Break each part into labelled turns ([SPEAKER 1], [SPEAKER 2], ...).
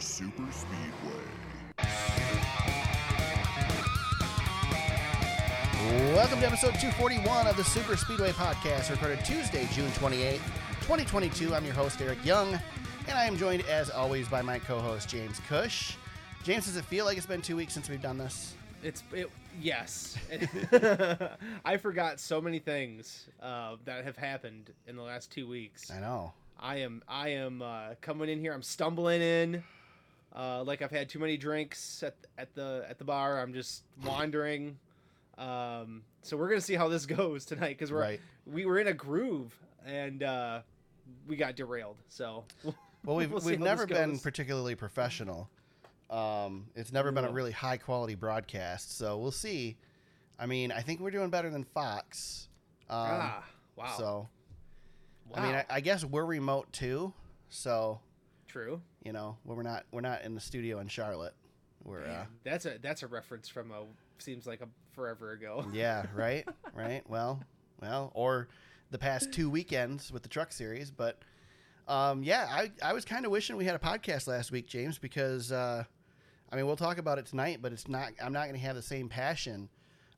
[SPEAKER 1] Super Speedway.
[SPEAKER 2] Welcome to episode 241 of the Super Speedway Podcast, recorded Tuesday, June 28th, 2022. I'm your host, Eric Young, and I am joined, as always, by my co host, James Cush. James, does it feel like it's been two weeks since we've done this?
[SPEAKER 3] It's it, yes. I forgot so many things uh, that have happened in the last two weeks.
[SPEAKER 2] I know.
[SPEAKER 3] I am I am uh, coming in here. I'm stumbling in, uh, like I've had too many drinks at at the at the bar. I'm just wandering. Um, so we're gonna see how this goes tonight because we're
[SPEAKER 2] Right.
[SPEAKER 3] we were in a groove and uh, we got derailed. So
[SPEAKER 2] Well, we've,
[SPEAKER 3] We'll see
[SPEAKER 2] we've
[SPEAKER 3] how this
[SPEAKER 2] never been
[SPEAKER 3] goes.
[SPEAKER 2] particularly professional. Um, it's never been a
[SPEAKER 3] No.
[SPEAKER 2] really high quality broadcast, so we'll see. I mean, I think we're doing better than Fox. Um,
[SPEAKER 3] ah wow Ah,
[SPEAKER 2] So,
[SPEAKER 3] wow
[SPEAKER 2] I mean, I, I guess we're remote too, so
[SPEAKER 3] true.
[SPEAKER 2] you know when we're not we're not in the studio in charlotte we're uh
[SPEAKER 3] That's a that's a reference from a seems like a forever ago.
[SPEAKER 2] yeah right right well well or the past two weekends with the truck series but um yeah i i was kind of wishing we had a podcast last week james because uh i mean we'll talk about it tonight but it's not i'm not going to have the same passion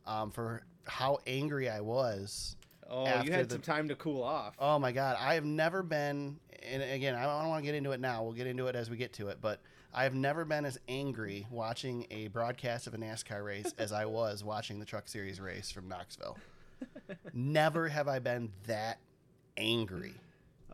[SPEAKER 2] um for how angry i was
[SPEAKER 3] Oh,
[SPEAKER 2] after
[SPEAKER 3] you had
[SPEAKER 2] the-
[SPEAKER 3] some time to cool off.
[SPEAKER 2] Oh my God, I have never been, and again, I don't want to get into it now. We'll get into it as we get to it, but I have never been as angry watching a broadcast of a NASCAR race as I was watching the Truck Series race from Knoxville. never have I been that angry.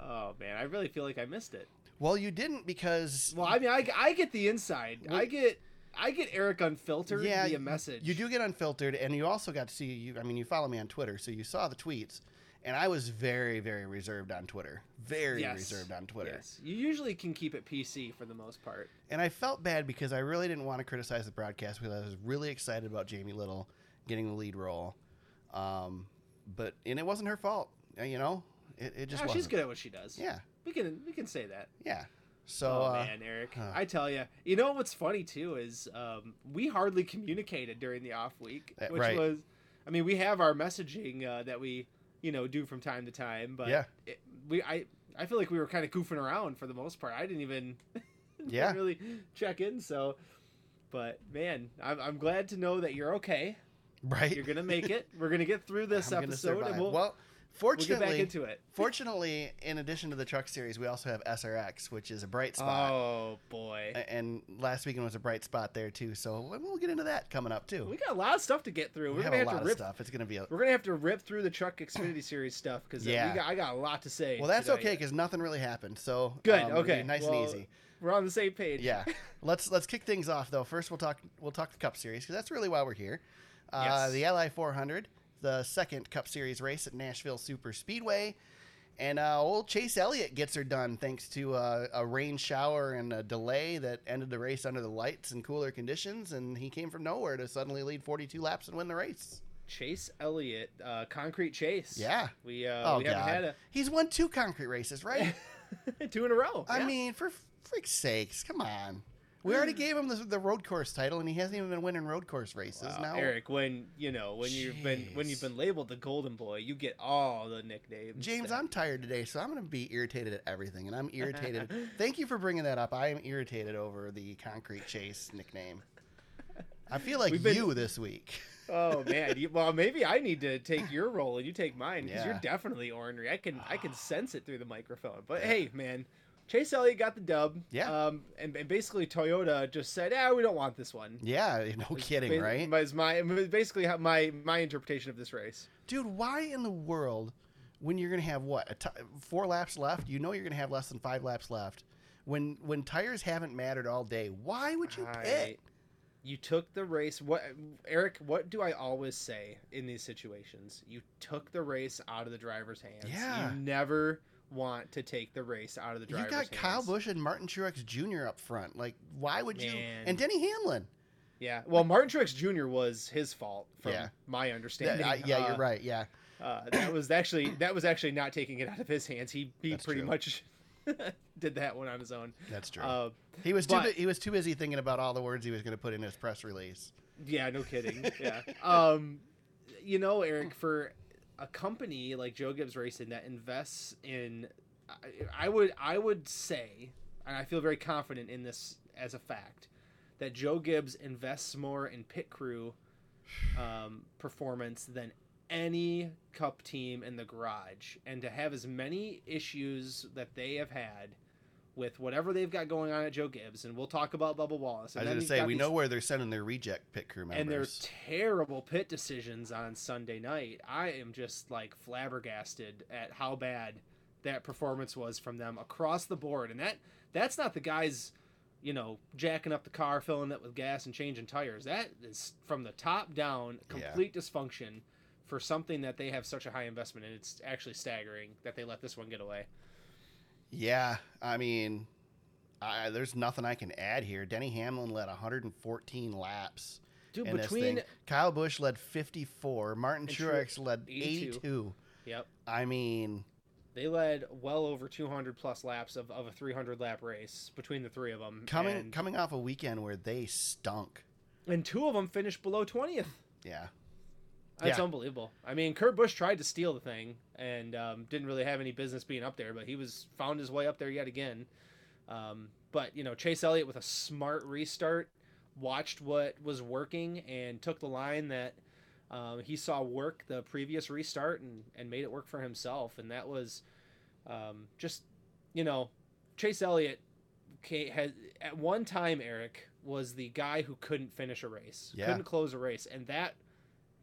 [SPEAKER 3] Oh man, I really feel like I missed it.
[SPEAKER 2] Well, you didn't because
[SPEAKER 3] Well, I mean, I, I get the inside. I get I get Eric unfiltered
[SPEAKER 2] Yeah,
[SPEAKER 3] via message.
[SPEAKER 2] you do get unfiltered, and you also got to see you. I mean, you follow me on Twitter, so you saw the tweets, and I was very, very reserved on Twitter. Very
[SPEAKER 3] Yes.
[SPEAKER 2] reserved on Twitter.
[SPEAKER 3] Yes, you usually can keep it PC for the most part.
[SPEAKER 2] And I felt bad because I really didn't want to criticize the broadcast because I was really excited about Jamie Little getting the lead role. Um, but and it wasn't her fault, uh, you know. It, it just
[SPEAKER 3] No,
[SPEAKER 2] wasn't.
[SPEAKER 3] Ah, she's good at what she does.
[SPEAKER 2] Yeah,
[SPEAKER 3] we can we can say that.
[SPEAKER 2] yeah. So
[SPEAKER 3] oh
[SPEAKER 2] uh,
[SPEAKER 3] man, Eric,
[SPEAKER 2] huh.
[SPEAKER 3] I tell you, you know what's funny too is um, we hardly communicated during the off week,
[SPEAKER 2] Uh,
[SPEAKER 3] which
[SPEAKER 2] right.
[SPEAKER 3] was, I mean, we have our messaging uh, that we you know do from time to time, but
[SPEAKER 2] Yeah.
[SPEAKER 3] it, we I I feel like we were kind of goofing around for the most part. I didn't even didn't
[SPEAKER 2] Yeah.
[SPEAKER 3] really check in. So, but man, I'm I'm glad to know that you're okay.
[SPEAKER 2] right.
[SPEAKER 3] You're gonna make it. We're gonna get through this
[SPEAKER 2] I'm gonna
[SPEAKER 3] episode,
[SPEAKER 2] survive.
[SPEAKER 3] and we'll,
[SPEAKER 2] well,
[SPEAKER 3] we'll
[SPEAKER 2] fortunately,
[SPEAKER 3] get back into it.
[SPEAKER 2] fortunately, in addition to the truck series, we also have SRX, which is a bright spot. Eh.
[SPEAKER 3] Oh boy.
[SPEAKER 2] A- And last weekend was a bright spot there too. So we'll get into that coming up too.
[SPEAKER 3] we got a lot of stuff to get through. We're
[SPEAKER 2] We have
[SPEAKER 3] gonna
[SPEAKER 2] a
[SPEAKER 3] have,
[SPEAKER 2] lot
[SPEAKER 3] to
[SPEAKER 2] of
[SPEAKER 3] rip
[SPEAKER 2] stuff. It's gonna be a
[SPEAKER 3] We're gonna have to rip through the Truck Xfinity Series stuff because
[SPEAKER 2] Yeah.
[SPEAKER 3] got, I got a lot to say.
[SPEAKER 2] well. That's
[SPEAKER 3] today.
[SPEAKER 2] okay because nothing really happened. So
[SPEAKER 3] Good,
[SPEAKER 2] um, it'll be
[SPEAKER 3] okay.
[SPEAKER 2] nice
[SPEAKER 3] Well,
[SPEAKER 2] and easy.
[SPEAKER 3] we're on the same page.
[SPEAKER 2] yeah let's let's kick things off though first we'll talk we'll talk the cup series because that's really why we're here uh,
[SPEAKER 3] Yes.
[SPEAKER 2] the li 400 the second cup series race at nashville super speedway and uh, old chase elliott gets her done thanks to uh, a rain shower and a delay that ended the race under the lights and cooler conditions and he came from nowhere to suddenly lead 42 laps and win the race
[SPEAKER 3] Chase Elliott, uh, Concrete Chase.
[SPEAKER 2] yeah
[SPEAKER 3] we uh,
[SPEAKER 2] oh
[SPEAKER 3] we
[SPEAKER 2] god
[SPEAKER 3] haven't
[SPEAKER 2] he's won two concrete races right
[SPEAKER 3] had a two in a row.
[SPEAKER 2] I
[SPEAKER 3] yeah. Mm.
[SPEAKER 2] mean, for freak's sakes, come on. We already gave him the, the road course title, and he hasn't even been winning road course races
[SPEAKER 3] Wow,
[SPEAKER 2] now.
[SPEAKER 3] Uh, Eric, when you know when you've been when you've
[SPEAKER 2] Jeez.
[SPEAKER 3] been labeled the Golden Boy, you get all the nicknames.
[SPEAKER 2] James,
[SPEAKER 3] that-
[SPEAKER 2] I'm tired today, so I'm going to be irritated at everything, and I'm irritated. Thank you for bringing that up. I am irritated over the concrete chase nickname. I feel like
[SPEAKER 3] We've been-
[SPEAKER 2] you this week.
[SPEAKER 3] Oh man, you, well maybe I need to take your role and you take mine because
[SPEAKER 2] Yeah. Ah.
[SPEAKER 3] you're definitely ornery. I can I can sense it through the microphone. But hey, man, Chase Elliott got the dub.
[SPEAKER 2] Yeah.
[SPEAKER 3] Um, and, and basically Toyota just said, ah, we don't want this one.
[SPEAKER 2] Yeah, no kidding,
[SPEAKER 3] Ba-
[SPEAKER 2] right?
[SPEAKER 3] Was my was basically how my my interpretation of this race.
[SPEAKER 2] Dude, why in the world, when you're going to have what, a ti four laps left? You know you're going to have less than five laps left. When when tires haven't mattered all day, why would you
[SPEAKER 3] I-
[SPEAKER 2] pit?
[SPEAKER 3] you took the race. What Eric? What do I always say in these situations? You took the race out of the driver's hands.
[SPEAKER 2] Yeah.
[SPEAKER 3] You never want to take the race out of the
[SPEAKER 2] You
[SPEAKER 3] driver's
[SPEAKER 2] got
[SPEAKER 3] hands.
[SPEAKER 2] Kyle Busch and Martin Truex Jr. up front. Like, why would you?
[SPEAKER 3] Man.
[SPEAKER 2] And Denny Hamlin.
[SPEAKER 3] Yeah. Well, Martin Truex Jr. was his fault, from
[SPEAKER 2] Yeah.
[SPEAKER 3] my
[SPEAKER 2] That-
[SPEAKER 3] understanding.
[SPEAKER 2] I- yeah,
[SPEAKER 3] Uh,
[SPEAKER 2] you're right. Yeah,
[SPEAKER 3] Uh, that was actually that was actually not taking it out of his hands. He he
[SPEAKER 2] That's
[SPEAKER 3] pretty
[SPEAKER 2] true.
[SPEAKER 3] much did that one on his own.
[SPEAKER 2] that's true.
[SPEAKER 3] Uh,
[SPEAKER 2] he was too.
[SPEAKER 3] but-
[SPEAKER 2] bu- he was too busy thinking about all the words he was going to put in his press release.
[SPEAKER 3] yeah. No kidding. yeah. Um, you know, Eric, for a company like Joe Gibbs Racing that invests in, I, I would I would say, and I feel very confident in this as a fact that Joe Gibbs invests more in pit crew um, performance than any cup team in the garage, and to have as many issues that they have had with whatever they've got going on at Joe Gibbs, and we'll talk about Bubba Wallace.
[SPEAKER 2] I was
[SPEAKER 3] And then
[SPEAKER 2] gonna
[SPEAKER 3] you've
[SPEAKER 2] say
[SPEAKER 3] got
[SPEAKER 2] we
[SPEAKER 3] these-
[SPEAKER 2] know where they're sending their reject pit crew members.
[SPEAKER 3] and their terrible pit decisions on Sunday night. I am just like flabbergasted at how bad that performance was from them across the board. And that that's not the guys, you know, jacking up the car, filling it with gas and changing tires. That is from the top down,
[SPEAKER 2] Yeah.
[SPEAKER 3] complete dysfunction for something that they have such a high investment in. It's actually staggering that they let this one get away.
[SPEAKER 2] Yeah, I mean, I, there's nothing I can add here. Denny Hamlin led 114 laps
[SPEAKER 3] Dude,
[SPEAKER 2] in this
[SPEAKER 3] between
[SPEAKER 2] thing. Kyle Busch led 54. Martin
[SPEAKER 3] And
[SPEAKER 2] Truex led 82.
[SPEAKER 3] 82. Yep.
[SPEAKER 2] I mean,
[SPEAKER 3] They led well over 200 plus laps of, of a 300 lap race between the three of them.
[SPEAKER 2] coming
[SPEAKER 3] and-
[SPEAKER 2] coming off a weekend where they stunk.
[SPEAKER 3] and two of them finished below 20th.
[SPEAKER 2] Yeah,
[SPEAKER 3] That's
[SPEAKER 2] Yeah.
[SPEAKER 3] unbelievable. I mean, Kurt Busch tried to steal the thing and um, didn't really have any business being up there, but he was found his way up there yet again. Um, but you know, Chase Elliott with a smart restart watched what was working and took the line that um, he saw work the previous restart and and made it work for himself. And that was um, just you know, Chase Elliott ca- has at one time Eric was the guy who couldn't finish a race,
[SPEAKER 2] Yeah.
[SPEAKER 3] couldn't close a race, and that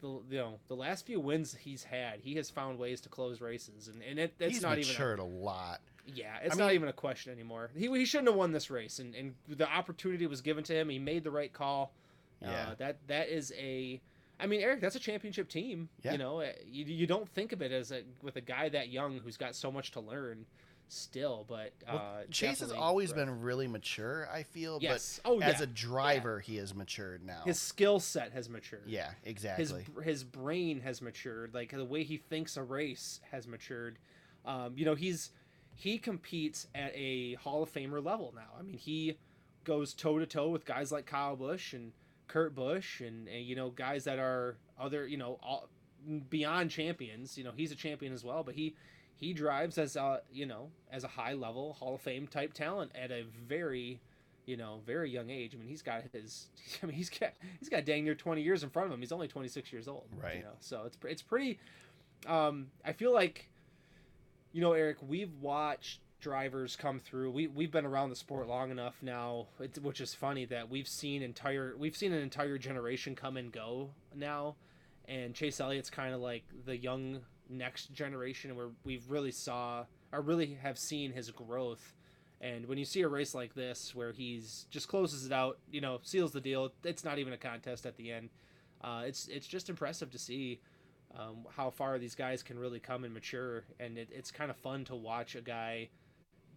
[SPEAKER 3] the you know the last few wins he's had, he has found ways to close races, and and it, it's
[SPEAKER 2] he's
[SPEAKER 3] not even a-
[SPEAKER 2] matured a lot.
[SPEAKER 3] yeah, it's
[SPEAKER 2] I
[SPEAKER 3] not
[SPEAKER 2] mean-
[SPEAKER 3] even a question anymore. He, he shouldn't have won this race, and, and the opportunity was given to him. He made the right call.
[SPEAKER 2] Yeah.
[SPEAKER 3] Uh, that that is a, I mean, Eric, that's a championship team.
[SPEAKER 2] Yeah.
[SPEAKER 3] You know, eh, you, you don't think of it as a with a guy that young who's got so much to learn still, but uh,
[SPEAKER 2] Well, Chase has
[SPEAKER 3] definitely
[SPEAKER 2] always
[SPEAKER 3] rough.
[SPEAKER 2] been really mature. I feel,
[SPEAKER 3] yes. oh
[SPEAKER 2] but as
[SPEAKER 3] yeah.
[SPEAKER 2] a driver, he is matured now.
[SPEAKER 3] his skill set has matured.
[SPEAKER 2] yeah,
[SPEAKER 3] his
[SPEAKER 2] exactly.
[SPEAKER 3] br- his brain has matured like the way he thinks a race has matured um, you know he's he competes at a hall of famer level now i mean he goes toe to toe with guys like kyle bush and kurt bush and, and you know guys that are other you know all, beyond champions you know he's a champion as well but he he drives as a you know as a high level hall of fame type talent at a very you know very young age i mean he's got his i mean he's got he's got dang near 20 years in front of him he's only 26 years old
[SPEAKER 2] Right.
[SPEAKER 3] you know so it's pre- it's pretty um i feel like you know eric we've watched drivers come through we we've been around the sport long enough now it's, which is funny that we've seen entire we've seen an entire generation come and go now and Chase Elliott's kind of like the young next generation where we've really saw or really have seen his growth. And when you see a race like this where he's just closes it out, you know, seals the deal, it's not even a contest at the end. Uh, it's it's just impressive to see um, how far these guys can really come and mature, and it, it's kind of fun to watch a guy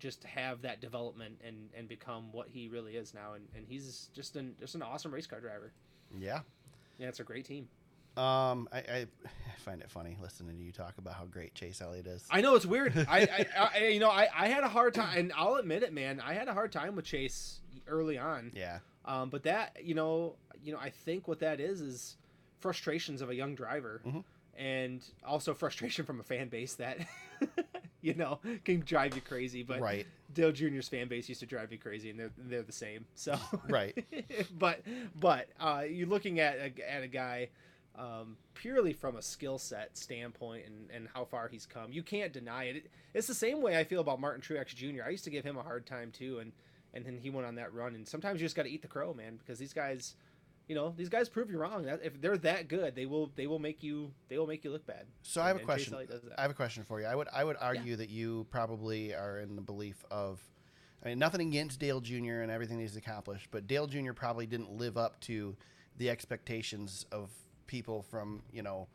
[SPEAKER 3] just have that development and, and become what he really is now. And, and he's just an just an awesome race car driver.
[SPEAKER 2] yeah.
[SPEAKER 3] Yeah, it's a great team.
[SPEAKER 2] Um, I, I I find it funny listening to you talk about how great Chase Elliott is.
[SPEAKER 3] I know it's weird. I, I, I you know, I, I had a hard time, and I'll admit it, man. I had a hard time with Chase early on.
[SPEAKER 2] yeah,
[SPEAKER 3] Um, but that, you know, you know, I think what that is is frustrations of a young driver,
[SPEAKER 2] Mhm.
[SPEAKER 3] and also frustration from a fan base that, you know, can drive you crazy. But
[SPEAKER 2] right,
[SPEAKER 3] Dale Jr.'s fan base used to drive you crazy, and they're they're the same. So
[SPEAKER 2] right.
[SPEAKER 3] but but uh, you're looking at a, at a guy um, purely from a skill set standpoint and, and how far he's come. You can't deny it. it. It's the same way I feel about Martin Truex Jr. I used to give him a hard time too, and and then he went on that run. And sometimes you just got to eat the crow, man, because these guys, you know, these guys prove you wrong. That if they're that good, they will they will make you they will make you look bad.
[SPEAKER 2] So I have a
[SPEAKER 3] And Chase
[SPEAKER 2] question.
[SPEAKER 3] Elliott does that.
[SPEAKER 2] I have a question for you. I would I would argue that you probably are in the belief of I mean nothing against Dale Jr. and everything that he's accomplished, but Dale Jr. probably didn't live up to the expectations of people from, you know,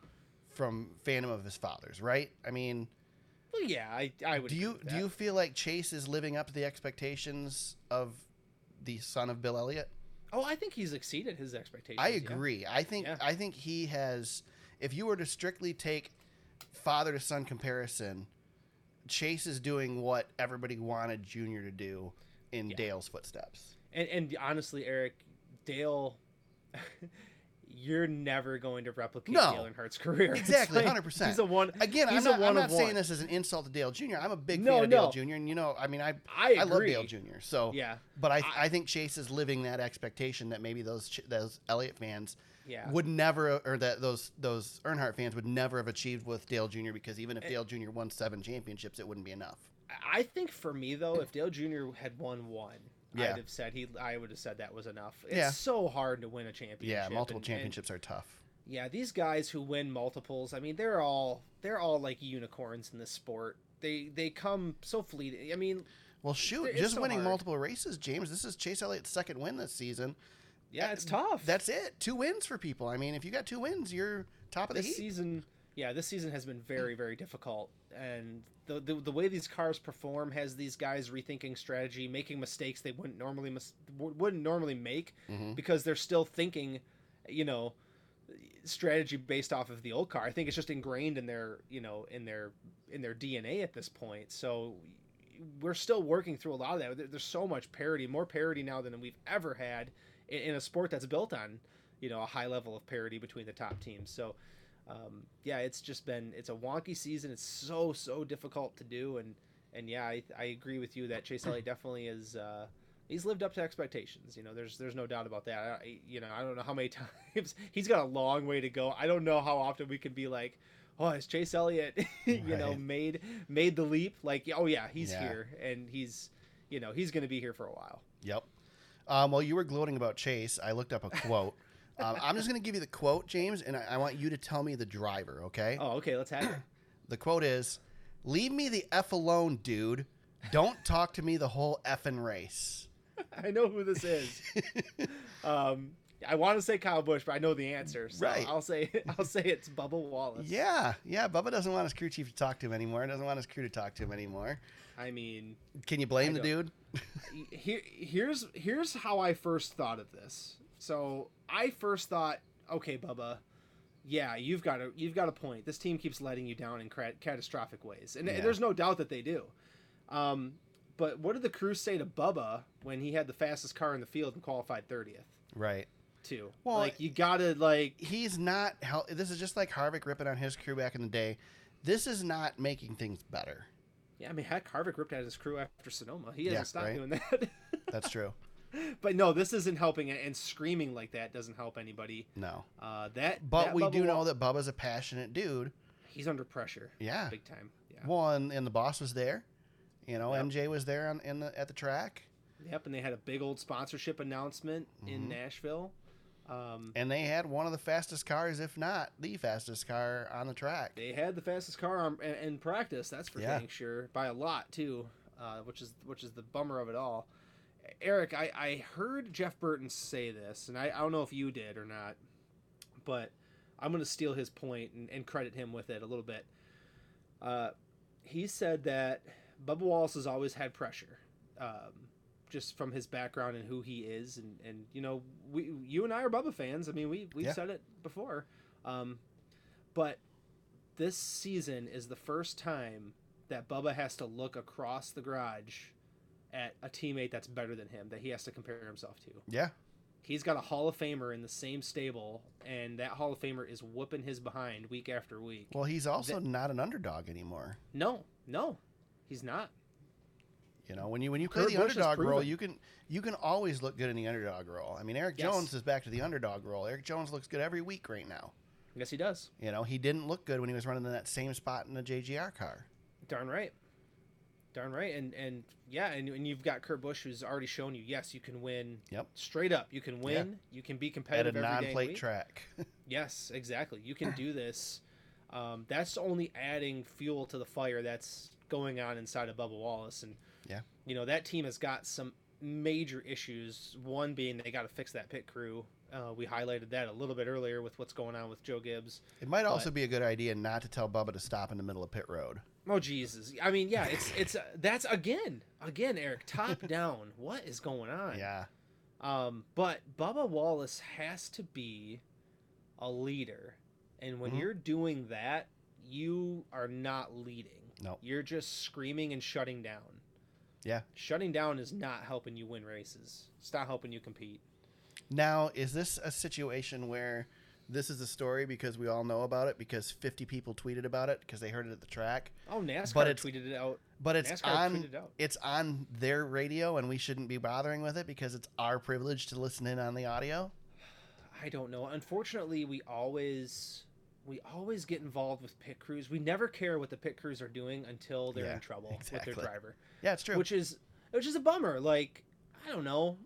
[SPEAKER 2] from fandom of his fathers, right? I mean,
[SPEAKER 3] Well, yeah, I I would.
[SPEAKER 2] do
[SPEAKER 3] agree
[SPEAKER 2] you
[SPEAKER 3] with
[SPEAKER 2] do
[SPEAKER 3] that.
[SPEAKER 2] you feel like Chase is living up to the expectations of the son of Bill Elliott?
[SPEAKER 3] Oh, I think he's exceeded his expectations.
[SPEAKER 2] I
[SPEAKER 3] yeah.
[SPEAKER 2] agree. I think
[SPEAKER 3] Yeah.
[SPEAKER 2] I think he has. If you were to strictly take father to son comparison, Chase is doing what everybody wanted Junior to do in
[SPEAKER 3] Yeah.
[SPEAKER 2] Dale's footsteps.
[SPEAKER 3] And, and honestly, Eric, Dale, you're never going to replicate
[SPEAKER 2] No.
[SPEAKER 3] Jalen Hurts' career. It's
[SPEAKER 2] Exactly,
[SPEAKER 3] like,
[SPEAKER 2] 100%.
[SPEAKER 3] He's a one.
[SPEAKER 2] Again, I'm
[SPEAKER 3] He's
[SPEAKER 2] not,
[SPEAKER 3] a one
[SPEAKER 2] I'm not
[SPEAKER 3] of
[SPEAKER 2] saying
[SPEAKER 3] one.
[SPEAKER 2] this as an insult to Dale Jr. I'm a big
[SPEAKER 3] No,
[SPEAKER 2] fan of Dale
[SPEAKER 3] no.
[SPEAKER 2] Jr. And you know, I mean, I
[SPEAKER 3] I agree.
[SPEAKER 2] I love Dale Jr. So
[SPEAKER 3] Yeah,
[SPEAKER 2] But I,
[SPEAKER 3] I-
[SPEAKER 2] I think Chase is living that expectation that maybe those Ch- those Elliott fans
[SPEAKER 3] yeah.
[SPEAKER 2] would never, or that those those Earnhardt fans would never have achieved with Dale Jr. Because even if
[SPEAKER 3] Eh.
[SPEAKER 2] Dale Jr. won seven championships, it wouldn't be enough.
[SPEAKER 3] I think for me though, if Dale Jr. had won one,
[SPEAKER 2] Yeah.
[SPEAKER 3] I'd have said he. I would have said that was enough. It's
[SPEAKER 2] Yeah.
[SPEAKER 3] so hard to win a championship.
[SPEAKER 2] Yeah, multiple
[SPEAKER 3] and- and-
[SPEAKER 2] championships are tough.
[SPEAKER 3] Yeah, these guys who win multiples, I mean, they're all they're all like unicorns in this sport. They they come so fleeting. I mean,
[SPEAKER 2] Well,
[SPEAKER 3] There
[SPEAKER 2] shoot,
[SPEAKER 3] is
[SPEAKER 2] just
[SPEAKER 3] so
[SPEAKER 2] winning
[SPEAKER 3] hard.
[SPEAKER 2] multiple races, James. This is Chase Elliott's second win this season.
[SPEAKER 3] yeah,
[SPEAKER 2] Uh,
[SPEAKER 3] it's tough.
[SPEAKER 2] That's it. Two wins for people. I mean, if you got two wins, you're top of the
[SPEAKER 3] this
[SPEAKER 2] heat.
[SPEAKER 3] season. Yeah, this season has been very very difficult, and the, the the way these cars perform has these guys rethinking strategy, making mistakes they wouldn't normally mis- wouldn't normally make
[SPEAKER 2] Mhm.
[SPEAKER 3] because they're still thinking, you know, strategy based off of the old car. I think it's just ingrained in their, you know, in their in their DNA at this point. So we're still working through a lot of that. There- There's so much parity, more parity now than we've ever had in, in a sport that's built on, you know, a high level of parity between the top teams. So um, yeah, it's just been it's a wonky season. It's so so difficult to do and and yeah, I, I agree with you that Chase Elliott definitely is uh, he's lived up to expectations. You know, there's there's no doubt about that. I, you know, I don't know how many times he's got a long way to go. I don't know how often we can be like, oh, is Chase Elliott, you know,
[SPEAKER 2] Right.
[SPEAKER 3] made made the leap? Like, oh yeah, he's
[SPEAKER 2] Yeah.
[SPEAKER 3] here and he's, you know, he's gonna be here for a while.
[SPEAKER 2] Yep. Um, while you were gloating about Chase, I looked up a quote. um, I'm just going to give you the quote, James, and I, I want you to tell me the driver, okay?
[SPEAKER 3] Oh, okay, let's have it.
[SPEAKER 2] The quote is Leave me the F alone, dude. Don't talk to me the whole effing race.
[SPEAKER 3] I know who this is. um, I want to say Kyle Bush, but I know the answer, so
[SPEAKER 2] Right.
[SPEAKER 3] I'll say I'll say it's Bubba Wallace.
[SPEAKER 2] Yeah, yeah. Bubba doesn't want his crew chief to talk to him anymore. Doesn't want his crew to talk to him anymore.
[SPEAKER 3] I mean,
[SPEAKER 2] Can you blame
[SPEAKER 3] I
[SPEAKER 2] the dude?
[SPEAKER 3] here here's here's how I first thought of this. So I first thought, okay, Bubba, yeah, you've got a you've got a point. This team keeps letting you down in cra- catastrophic ways, and
[SPEAKER 2] Yeah.
[SPEAKER 3] there's no doubt that they do. Um, but what did the crew say to Bubba when he had the fastest car in the field and qualified thirtieth?
[SPEAKER 2] Right.
[SPEAKER 3] Too
[SPEAKER 2] Well,
[SPEAKER 3] like you gotta like
[SPEAKER 2] He's not. Hel- this is just like Harvick ripping on his crew back in the day. This is not making things better.
[SPEAKER 3] yeah. I mean, heck, Harvick ripped out his crew after Sonoma. He
[SPEAKER 2] Yeah,
[SPEAKER 3] hasn't stopped
[SPEAKER 2] right.
[SPEAKER 3] doing that.
[SPEAKER 2] That's true.
[SPEAKER 3] but no, this isn't helping, and screaming like that doesn't help anybody.
[SPEAKER 2] No.
[SPEAKER 3] Uh, that
[SPEAKER 2] But
[SPEAKER 3] that
[SPEAKER 2] we
[SPEAKER 3] Bubba
[SPEAKER 2] do
[SPEAKER 3] Wa-
[SPEAKER 2] know that Bubba's a passionate dude.
[SPEAKER 3] he's under pressure.
[SPEAKER 2] Yeah.
[SPEAKER 3] big time. Yeah.
[SPEAKER 2] Well, and, and the boss was there. You know,
[SPEAKER 3] Yep.
[SPEAKER 2] MJ was there on, in the at the track,
[SPEAKER 3] Yep, and they had a big old sponsorship announcement in
[SPEAKER 2] Mhm.
[SPEAKER 3] Nashville. Um,
[SPEAKER 2] and they had one of the fastest cars, if not the fastest car, on the track.
[SPEAKER 3] they had the fastest car on, in, in practice. That's for
[SPEAKER 2] Yeah.
[SPEAKER 3] dang sure, by a lot too, uh, which is which is the bummer of it all. Eric, I, I heard Jeff Burton say this, and I, I don't know if you did or not, but I'm going to steal his point and, and credit him with it a little bit. Uh, he said that Bubba Wallace has always had pressure, um, just from his background and who he is, and, and you know, we you and I are Bubba fans. I mean, we we've
[SPEAKER 2] Yeah.
[SPEAKER 3] said it before, um, but this season is the first time that Bubba has to look across the garage at a teammate that's better than him that he has to compare himself to.
[SPEAKER 2] Yeah,
[SPEAKER 3] He's got a Hall of Famer in the same stable, and that Hall of Famer is whooping his behind week after week.
[SPEAKER 2] well, he's also not an underdog anymore.
[SPEAKER 3] No, no, he's not.
[SPEAKER 2] You know, when you when you play
[SPEAKER 3] Kurt
[SPEAKER 2] the
[SPEAKER 3] Busch has
[SPEAKER 2] underdog role,
[SPEAKER 3] proven-
[SPEAKER 2] you can you can always look good in the underdog role. I mean, Eric
[SPEAKER 3] Yes.
[SPEAKER 2] Jones is back to the underdog role. Eric Jones looks good every week right now.
[SPEAKER 3] Yes, he does.
[SPEAKER 2] You know, he didn't look good when he was running in that same spot in the JGR car.
[SPEAKER 3] Darn right. Darn right. And and yeah, and, and you've got Kurt Busch who's already shown you, yes, you can win.
[SPEAKER 2] Yep.
[SPEAKER 3] Straight up, you can win. You can be
[SPEAKER 2] At a
[SPEAKER 3] competitive every dang
[SPEAKER 2] non-plate
[SPEAKER 3] week.
[SPEAKER 2] track.
[SPEAKER 3] Yes, exactly. You can do this. Um, that's only adding fuel to the fire that's going on inside of Bubba Wallace, and
[SPEAKER 2] Yeah.
[SPEAKER 3] you know that team has got some major issues. One being they got to fix that pit crew. Uh, we highlighted that a little bit earlier with what's going on with Joe Gibbs.
[SPEAKER 2] It might also
[SPEAKER 3] But-
[SPEAKER 2] be a good idea not to tell Bubba to stop in the middle of pit road.
[SPEAKER 3] Oh Jesus! I mean, yeah, it's it's uh, that's again, again, Eric, top down. What is going on?
[SPEAKER 2] Yeah.
[SPEAKER 3] Um, but Bubba Wallace has to be a leader, and when
[SPEAKER 2] Mhm.
[SPEAKER 3] you're doing that, you are not leading.
[SPEAKER 2] No.
[SPEAKER 3] you're just screaming and shutting down.
[SPEAKER 2] Yeah.
[SPEAKER 3] shutting down is not helping you win races. It's not helping you compete.
[SPEAKER 2] Now, is this a situation where This is the story because we all know about it because 50 people tweeted about it because they heard it at the track.
[SPEAKER 3] Oh, NASCAR
[SPEAKER 2] But it's-
[SPEAKER 3] tweeted it out.
[SPEAKER 2] But it's
[SPEAKER 3] NASCAR
[SPEAKER 2] on
[SPEAKER 3] tweeted it out.
[SPEAKER 2] it's on their radio and we shouldn't be bothering with it because it's our privilege to listen in on the audio.
[SPEAKER 3] I don't know. Unfortunately, we always we always get involved with pit crews. We never care what the pit crews are doing until they're
[SPEAKER 2] Yeah,
[SPEAKER 3] in trouble
[SPEAKER 2] exactly.
[SPEAKER 3] with their driver,
[SPEAKER 2] Yeah, it's true.
[SPEAKER 3] which is which is a bummer. Like I don't know,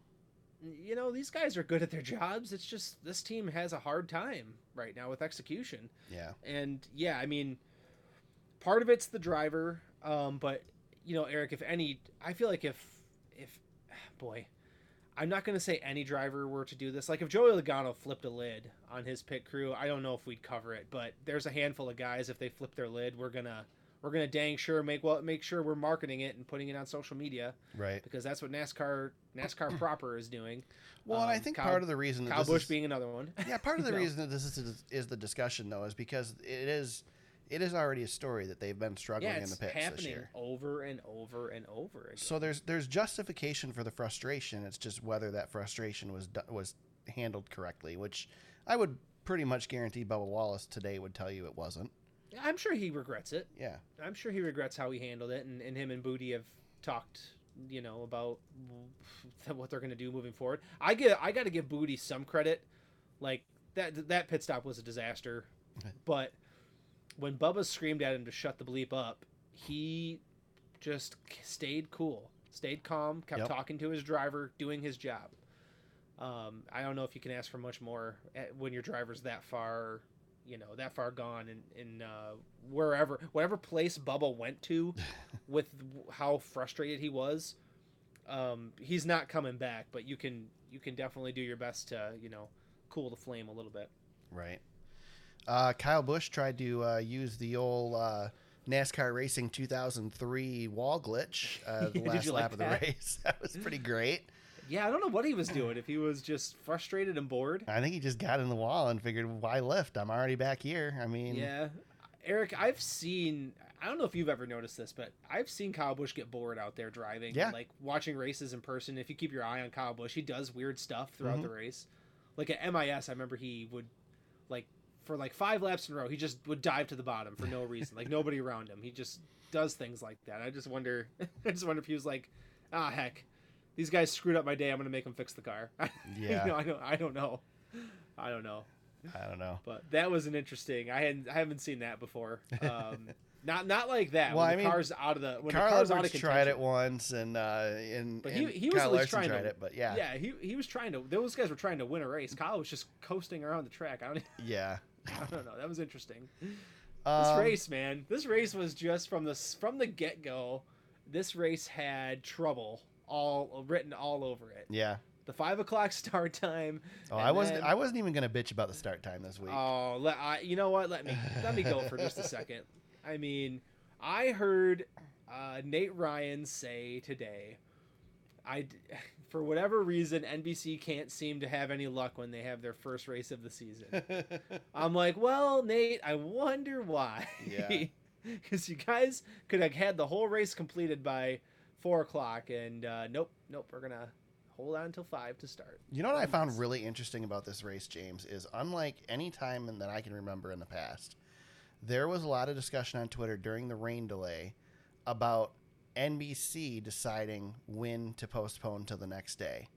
[SPEAKER 3] you know these guys are good at their jobs. It's just this team has a hard time right now with execution.
[SPEAKER 2] yeah.
[SPEAKER 3] And yeah, I mean, part of it's the driver, um, but you know, Eric, if any, I feel like if if boy, I'm not gonna say any driver were to do this. Like if Joey Logano flipped a lid on his pit crew, I don't know if we'd cover it, but there's a handful of guys if they flip their lid, we're gonna we're gonna dang sure make well make sure we're marketing it and putting it on social media
[SPEAKER 2] Right.
[SPEAKER 3] because that's what NASCAR NASCAR proper is doing.
[SPEAKER 2] Well, and I
[SPEAKER 3] Um,
[SPEAKER 2] think
[SPEAKER 3] Kyle-
[SPEAKER 2] part of the reason that
[SPEAKER 3] Kyle
[SPEAKER 2] this
[SPEAKER 3] Busch
[SPEAKER 2] is-
[SPEAKER 3] being another one.
[SPEAKER 2] yeah, part of the
[SPEAKER 3] No.
[SPEAKER 2] reason that this is, is the discussion though is because it is it is already a story that they've been struggling
[SPEAKER 3] Yeah,
[SPEAKER 2] in the
[SPEAKER 3] it's
[SPEAKER 2] pits this
[SPEAKER 3] happening
[SPEAKER 2] year.
[SPEAKER 3] over and over and over again.
[SPEAKER 2] So there's there's justification for the frustration. It's just whether that frustration was do- was handled correctly, which I would pretty much guarantee Bubba Wallace today would tell you it wasn't.
[SPEAKER 3] I'm sure he regrets it.
[SPEAKER 2] Yeah,
[SPEAKER 3] I'm sure he regrets how he handled it, and, and him and Booty have talked, you know, about what they're going to do moving forward. I get, I got to give Booty some credit. Like that, that pit stop was a disaster, but when Bubba screamed at him to shut the bleep up, he just stayed cool, stayed calm, kept
[SPEAKER 2] Yep.
[SPEAKER 3] talking to his driver, doing his job. Um, I don't know if you can ask for much more at, when your driver's that far, you know, that far gone and in uh, wherever, whatever place Bubba went to, with how frustrated he was. Um, he's not coming back, but you can you can definitely do your best to you know cool the flame a little bit.
[SPEAKER 2] right. Uh, Kyle Busch tried to uh, use the old uh, NASCAR Racing 2003 wall glitch uh, the
[SPEAKER 3] Did
[SPEAKER 2] last
[SPEAKER 3] you
[SPEAKER 2] lap
[SPEAKER 3] like
[SPEAKER 2] of the
[SPEAKER 3] that?
[SPEAKER 2] race. That was pretty great.
[SPEAKER 3] Yeah, I don't know what he was doing. If he was just frustrated and bored.
[SPEAKER 2] I think he just got in the wall and figured, why lift? I'm already back here. I mean,
[SPEAKER 3] Yeah, Eric, I've seen. I don't know if you've ever noticed this, but I've seen Kyle Busch get bored out there driving.
[SPEAKER 2] Yeah.
[SPEAKER 3] Like watching races in person. If you keep your eye on Kyle Busch, he does weird stuff throughout
[SPEAKER 2] Mm-hmm.
[SPEAKER 3] the race. Like at MIS, I remember he would, like, for like five laps in a row, he just would dive to the bottom for no reason. like nobody around him. He just does things like that. I just wonder. I just wonder if he was like, ah, heck, these guys screwed up my day. I'm gonna make them fix the car.
[SPEAKER 2] Yeah.
[SPEAKER 3] you know, I don't. I don't know. I don't know.
[SPEAKER 2] I don't know.
[SPEAKER 3] But that was an interesting. I hadn't I haven't seen that before. Um, not not like that.
[SPEAKER 2] Well,
[SPEAKER 3] when
[SPEAKER 2] I
[SPEAKER 3] the
[SPEAKER 2] mean,
[SPEAKER 3] car's out of the when the
[SPEAKER 2] Carl
[SPEAKER 3] car's out
[SPEAKER 2] Edwards
[SPEAKER 3] of
[SPEAKER 2] tried it
[SPEAKER 3] contention.
[SPEAKER 2] once, and uh, and,
[SPEAKER 3] But he-
[SPEAKER 2] and
[SPEAKER 3] he was at
[SPEAKER 2] Kyle
[SPEAKER 3] least
[SPEAKER 2] Larson
[SPEAKER 3] trying to-
[SPEAKER 2] tried it, but yeah,
[SPEAKER 3] Yeah, he he was trying to. Those guys were trying to win a race. Kyle was just coasting around the track. I don't
[SPEAKER 2] yeah.
[SPEAKER 3] I don't know. That was interesting. This
[SPEAKER 2] Um,
[SPEAKER 3] race, man. This race was just from the s- from the get go. This race had trouble all written all over it.
[SPEAKER 2] Yeah.
[SPEAKER 3] The five o'clock start time.
[SPEAKER 2] Oh,
[SPEAKER 3] and
[SPEAKER 2] I wasn't.
[SPEAKER 3] then-
[SPEAKER 2] I wasn't even gonna bitch about the start time this week.
[SPEAKER 3] Oh, let, I, you know what? Let me let me go for just a second. I mean, I heard uh, Nate Ryan say today, I d- for whatever reason NBC can't seem to have any luck when they have their first race of the season. Oh. I'm like, well, Nate, I wonder why.
[SPEAKER 2] Yeah.
[SPEAKER 3] Because you guys could have had the whole race completed by four o'clock, and uh, nope, nope, we're gonna hold on till five to start.
[SPEAKER 2] you know what I found really interesting about this race, James, is unlike any time in- that I can remember in the past, there was a lot of discussion on Twitter during the rain delay about NBC deciding when to postpone till the next day.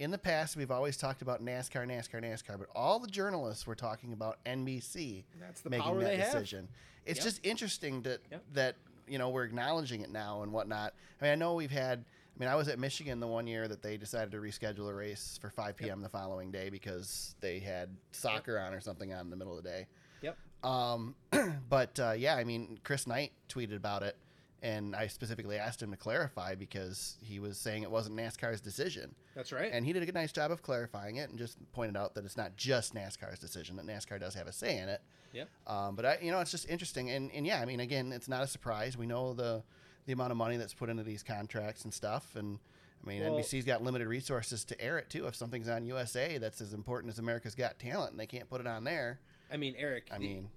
[SPEAKER 2] In the past, we've always talked about NASCAR, NASCAR, NASCAR, but all the journalists were talking about NBC.
[SPEAKER 3] That's the
[SPEAKER 2] making
[SPEAKER 3] power
[SPEAKER 2] that
[SPEAKER 3] they have.
[SPEAKER 2] decision. It's
[SPEAKER 3] Yep.
[SPEAKER 2] just interesting that
[SPEAKER 3] Yep.
[SPEAKER 2] that you know we're acknowledging it now and whatnot. I mean, I know we've had. I mean, I was at Michigan the one year that they decided to reschedule a race for 5 p.m. the following day because they had soccer on or something on in the middle of the day.
[SPEAKER 3] Yep.
[SPEAKER 2] Um, but uh, yeah, I mean, Chris Knight tweeted about it, and I specifically asked him to clarify because he was saying it wasn't NASCAR's decision.
[SPEAKER 3] That's right.
[SPEAKER 2] And he did a good nice job of clarifying it and just pointed out that it's not just NASCAR's decision, that NASCAR does have a say in it.
[SPEAKER 3] Yep.
[SPEAKER 2] Um, but I, you know, it's just interesting, and, and yeah, I mean, again, it's not a surprise. We know the the amount of money that's put into these contracts and stuff, and I mean,
[SPEAKER 3] Well-
[SPEAKER 2] NBC's got limited resources to air it too. If something's on USA that's as important as America's Got Talent, and they can't put it on there,
[SPEAKER 3] I mean, Eric.
[SPEAKER 2] I
[SPEAKER 3] the-
[SPEAKER 2] mean,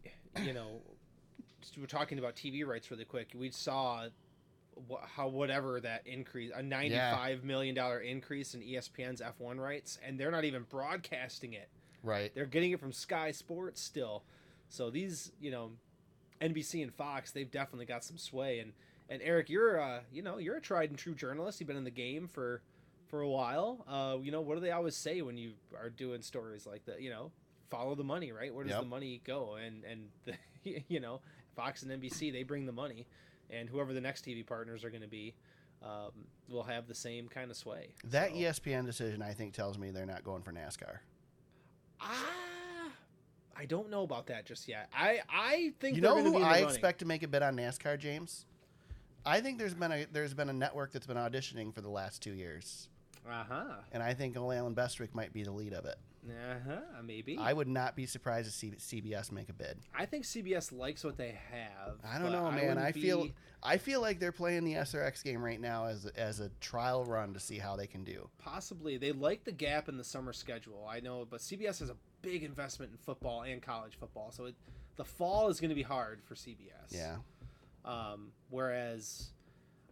[SPEAKER 3] you know, just- we're talking about TV rights really quick. We saw wha- how whatever that increase, a E ninety-five dollar increase in ESPN's F1 rights, and they're not even broadcasting it
[SPEAKER 2] Right.
[SPEAKER 3] They're getting it from Sky Sports still. So these, you know, NBC and Fox, they've definitely got some sway. And and Eric, you're uh, you know, you're a tried and true journalist. You've been in the game for for a while. Uh, you know, what do they always say when you are doing stories like that? You know, follow the money, right? Where does
[SPEAKER 2] Yep.
[SPEAKER 3] the money go? And and the, you know, Fox and NBC, they bring the money, and whoever the next TV partners are going to be. Um, will have the same kind of sway.
[SPEAKER 2] That E
[SPEAKER 3] So-
[SPEAKER 2] ESPN decision, I think, tells me they're not going for NASCAR.
[SPEAKER 3] Ah, I don't know about that just yet. I I think
[SPEAKER 2] You
[SPEAKER 3] they're
[SPEAKER 2] know
[SPEAKER 3] gonna be
[SPEAKER 2] who
[SPEAKER 3] in the
[SPEAKER 2] I
[SPEAKER 3] running.
[SPEAKER 2] expect to make a bid on NASCAR, James? I think there's been a there's been a network that's been auditioning for the last two years,
[SPEAKER 3] Uh huh.
[SPEAKER 2] and I think Ole Allen Bestwick might be the lead of it.
[SPEAKER 3] Uh huh. Maybe.
[SPEAKER 2] I would not be surprised to see CBS make a bid.
[SPEAKER 3] I think CBS likes what they have.
[SPEAKER 2] I don't
[SPEAKER 3] but
[SPEAKER 2] know, man.
[SPEAKER 3] wouldn't
[SPEAKER 2] I feel
[SPEAKER 3] be-
[SPEAKER 2] I feel like they're playing the SRX game right now as as a trial run to see how they can do.
[SPEAKER 3] possibly they like the gap in the summer schedule. I know, but CBS has a big investment in football and college football, so it, the fall is going to be hard for CBS.
[SPEAKER 2] Yeah,
[SPEAKER 3] Um, whereas.